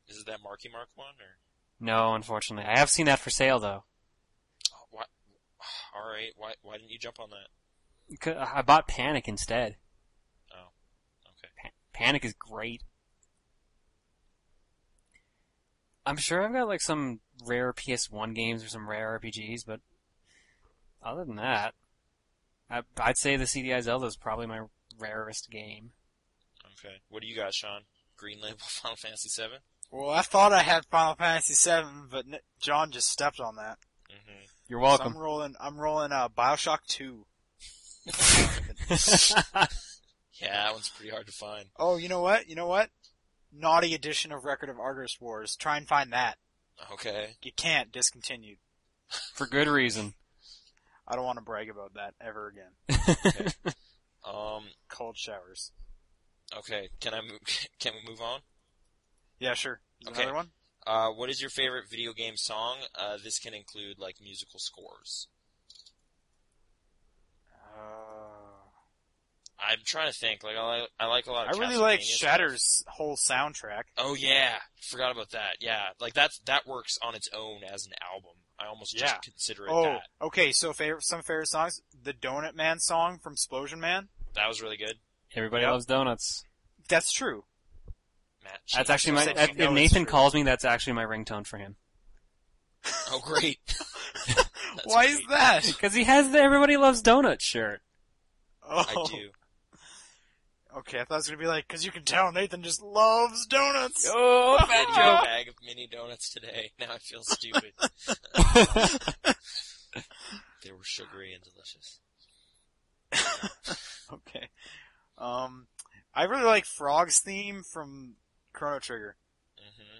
A: Is it that Marky Mark one or? [sighs]
C: No, unfortunately, I have seen that for sale though.
A: Oh, why, all right, why why didn't you jump on that?
C: C- I bought Panic instead.
A: Oh, okay.
C: Pa- Panic is great. I'm sure I've got like some rare PS1 games or some rare RPGs, but other than that, I, I'd say the CDI Zelda is probably my rarest game.
A: Okay. What do you got, Sean? Green Label [laughs] Final Fantasy Seven.
B: Well, I thought I had Final Fantasy VII, but n- John just stepped on that.
A: Mm-hmm.
C: You're
B: So
C: welcome.
B: I'm rolling. I'm rolling. Uh, Bioshock [laughs] Two.
A: Yeah, that one's pretty hard to find.
B: oh, you know what? You know what? Naughty edition of Record of Argus Wars. Try and find that.
A: Okay.
B: You can't. Discontinued.
C: for good reason.
B: I don't want to brag about that ever again.
A: Um.
B: Cold showers.
A: Okay. Can I move? [laughs] Can we move on?
B: Yeah, sure. Is there
A: Okay.
B: Another one.
A: Uh, what is your favorite video game song? Uh, this can include like musical scores.
B: Uh,
A: I'm trying to think. Like I like I like a lot.
B: I
A: Of
B: really like
A: Castlevania stuff.
B: Shatter's whole soundtrack.
A: Oh yeah, forgot about that. Yeah, like that's that works on its own as an album. I almost
B: Yeah.
A: just consider it
B: oh,
A: that.
B: okay. So favorite, some favorite songs. The Donut Man song from Splosion Man.
A: That was really good.
C: Everybody
B: Yep.
C: loves donuts.
B: That's true.
A: Matt,
C: That's
A: Shane.
C: actually my.
B: so
C: If
B: you know it's
C: Nathan
B: true.
C: calls me, that's actually my ringtone for him
A: Oh great. [laughs] That's
B: Why is
A: great.
B: that?
C: because he has the "Everybody Loves Donuts" shirt.
B: [laughs] [laughs] Oh,
A: I do.
B: Okay, I thought it was gonna be like, cause you can tell Nathan just loves donuts.
C: Oh,
A: I had your bag of mini donuts today. [laughs] Now I feel stupid. [laughs] they were sugary and delicious.
B: [laughs] Okay. Um, I really like Frog's theme from Chrono Trigger.
A: hmm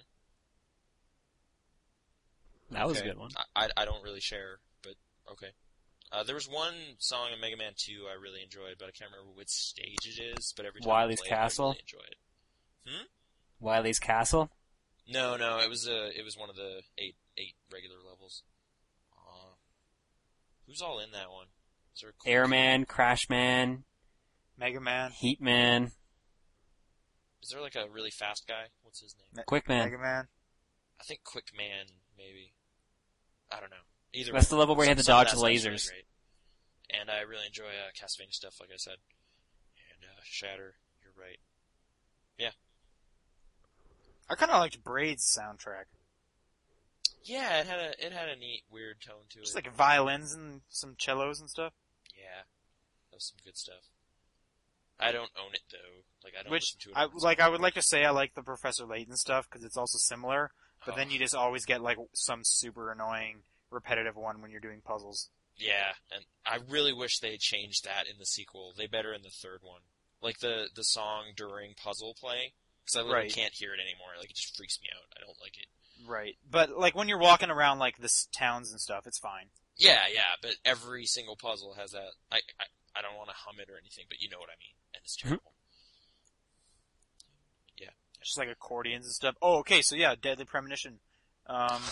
C: that was a
A: Okay.
C: good one.
A: I, I I don't really share, but okay. Uh, there was one song in Mega Man 2 I really enjoyed, but I can't remember which stage it is. But every time
C: Wily's
A: I play it,
C: Castle?
A: I really enjoy it.
C: Wiley's Castle.
A: No, no, it was a, it was one of the eight eight regular levels. Uh, who's all in that one? Is there a cool
C: Airman, Crashman,
B: Mega Man.
C: Heatman,
A: Is there like a really fast guy? What's his name?
C: Quickman.
B: Mega Man.
A: I think Quick Man, maybe. I don't know. Either
C: That's
A: way,
C: the level where you had to
A: some- some of
C: dodge
A: that stuff's really
C: lasers.
A: great. and I really enjoy uh, Castlevania stuff, like I said. And uh, Shatter, you're right.
B: I kind of liked Braid's soundtrack.
A: Yeah, it had a it had a neat, weird tone to it.
B: Just like violins and some cellos and stuff.
A: yeah, that was some good stuff. I don't own it though. Like I don't
B: Which
A: listen to it.
B: I
A: on its
B: like.
A: own.
B: I would like to say I like the Professor Layton stuff because it's also similar. But
A: Oh,
B: then you just always get like some super annoying repetitive one when you're doing puzzles.
A: Yeah, and I really wish they changed that in the sequel. They better in the third one. Like the the song during puzzle play, because I literally
B: Right.
A: can't hear it anymore. Like it just freaks me out. I don't like it.
B: Right. But like when you're walking around like the s- towns and stuff, it's fine.
A: Yeah, yeah, but every single puzzle has that. I I, I don't want to hum it or anything, but you know what I mean. And
B: Mm-hmm.
A: it's terrible.
B: It's just like accordions and stuff. Oh, okay. So yeah, Deadly Premonition. Um,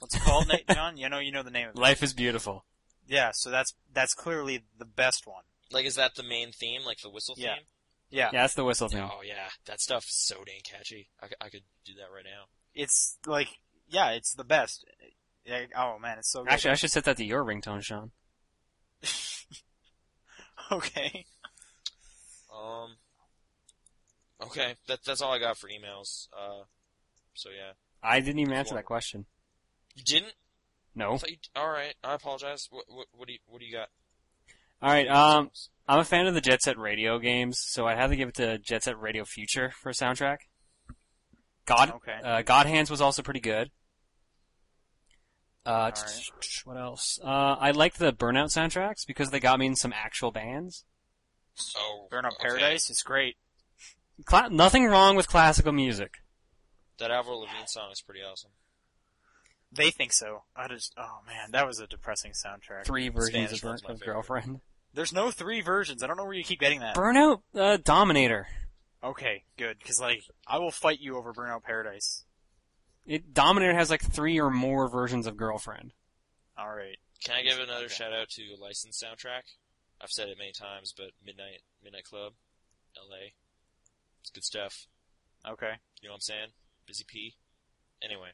B: what's it called, Nate John? You know, you know the name of it.
C: Life is beautiful.
B: Yeah. So that's that's clearly the best one.
A: Like, is that the main theme? Like the whistle
B: Yeah.
A: theme?
B: Yeah.
C: Yeah, that's the whistle thing.
A: Oh yeah, that stuff is so dang catchy. I, c- I could do that right now.
B: It's like yeah, it's the best. Yeah, oh man, it's so good.
C: Actually, I should set that to your ringtone, Sean.
B: [laughs] okay.
A: Um. Okay, that that's all I got for emails. Uh. So yeah,
C: I didn't even answer
A: Cool.
C: that question.
A: you didn't. I
C: No.
A: thought you, all right, I apologize. What, what what do you what do you got?
C: All right. Um, I'm a fan of the Jet Set Radio games, so I'd have to give it to Jet Set Radio Future for a soundtrack. God,
B: Okay.
C: uh, God Hands was also pretty good. Uh, t-
B: right.
C: t- t- what else? Uh, I liked the Burnout soundtracks because they got me in some actual bands.
A: oh,
B: Burn Up
A: okay.
B: Paradise is great.
C: Cla- nothing wrong with classical music.
A: That Avril Lavigne song is pretty awesome.
B: They think so. I just oh man, that was a depressing soundtrack.
C: Three versions
A: Spanish
C: of,
A: one's my
C: Burn- of
A: favorite. [laughs]
C: Girlfriend.
B: There's no three versions. I don't know where you keep getting that.
C: Burnout uh, Dominator.
B: okay, good. Because like I will fight you over Burnout Paradise.
C: It, Dominator has like three or more versions of Girlfriend.
B: All right.
A: Can I give another
B: Okay.
A: shout out to a licensed soundtrack? I've said it many times, but Midnight Midnight Club, L.A. It's good stuff.
B: Okay.
A: You know what I'm saying? Busy P. Anyway,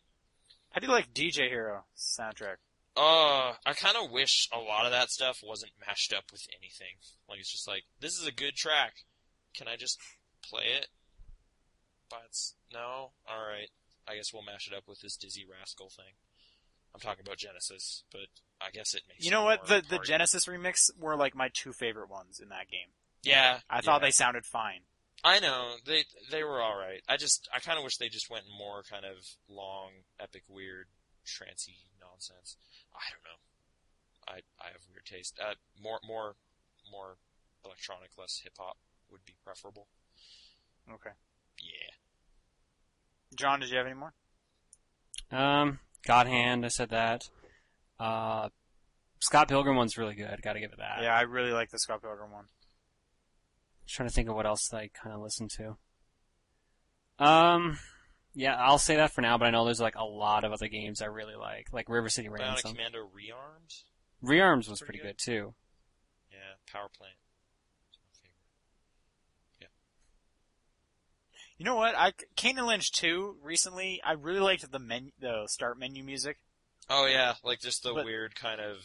B: How do you like DJ Hero soundtrack?
A: uh, I kind of wish a lot of that stuff wasn't mashed up with anything. Like it's just like this is a good track. Can I just play it? But it's- no, all right. I guess we'll mash it up with this Dizzy Rascal thing. I'm talking about Genesis, but I guess it makes
B: You know
A: it
B: what?
A: more
B: The the
A: party.
B: Genesis remix were like my two favorite ones in that game.
A: yeah.
B: I thought
A: yeah.
B: they sounded fine.
A: I know they they were all right. I just I kind of wish they just went more kind of long, epic, weird, trancy nonsense. I don't know. I I have weird taste. Uh, more more more electronic, less hip hop would be preferable.
B: Okay.
A: Yeah.
B: John, did you have any more?
C: Um, God Hand, I said that. Uh, Scott Pilgrim one's really good. Got to give it that.
B: yeah, I really like the Scott Pilgrim one.
C: trying to think of what else I kind of listened to. Um, yeah, I'll say that for now. But I know there's like a lot of other games I really like, like River City
A: Bionic
C: Ransom.
A: Commando rearmed.
C: Rearms was
A: Pretty
C: pretty
A: good.
C: good too.
A: Yeah. Power plant. It's my favorite.
B: You know what? I Kane and Lynch two recently. I really liked the men the start menu music.
A: Oh yeah, like just the
B: But-
A: weird kind of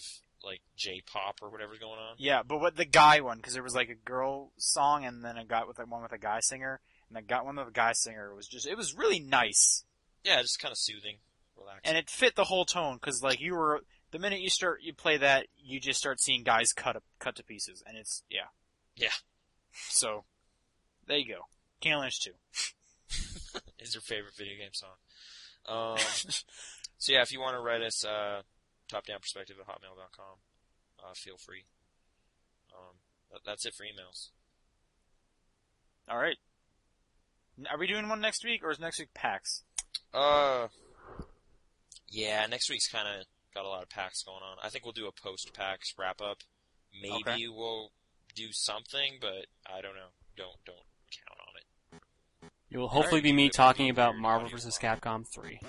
A: like J pop or whatever's going on.
B: Yeah, but what the guy one because there was like a girl song and then a guy with like one with a guy singer and the guy one with a guy singer was just it was really nice
A: Yeah, just kind of soothing, relaxing.
B: and it fit the whole tone because like you were the minute you start you play that you just start seeing guys cut up cut to pieces and it's yeah
A: Yeah.
B: so there you go Kane and Lynch two
A: is your favorite video game song. Um, so yeah, if you want to write us, uh, topdownperspective at hotmail.com, uh, feel free. Um, that, that's it for emails.
B: all right are we doing one next week or is next week PAX
A: Uh, yeah, next week's kind of got a lot of packs going on. I think we'll do a post packs wrap up. Maybe
B: Okay.
A: we'll do something, but I don't know. Don't don't count on it.
C: It will
A: Alright,
C: hopefully be me
A: it'll be
C: talking about
A: weird
C: Marvel
A: audio
C: vs.
A: file.
C: Capcom 3.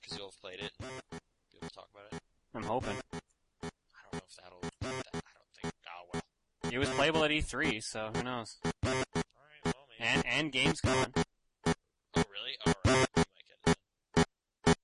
A: because you'll have played it. And be able to talk about it.
C: I'm hoping.
A: I don't know if that'll. That, I don't think. Oh well.
C: It was playable at E3, so who knows?
A: All right. Well, maybe.
C: And and Gamescom.
A: Oh, really? All right. We might get it. then.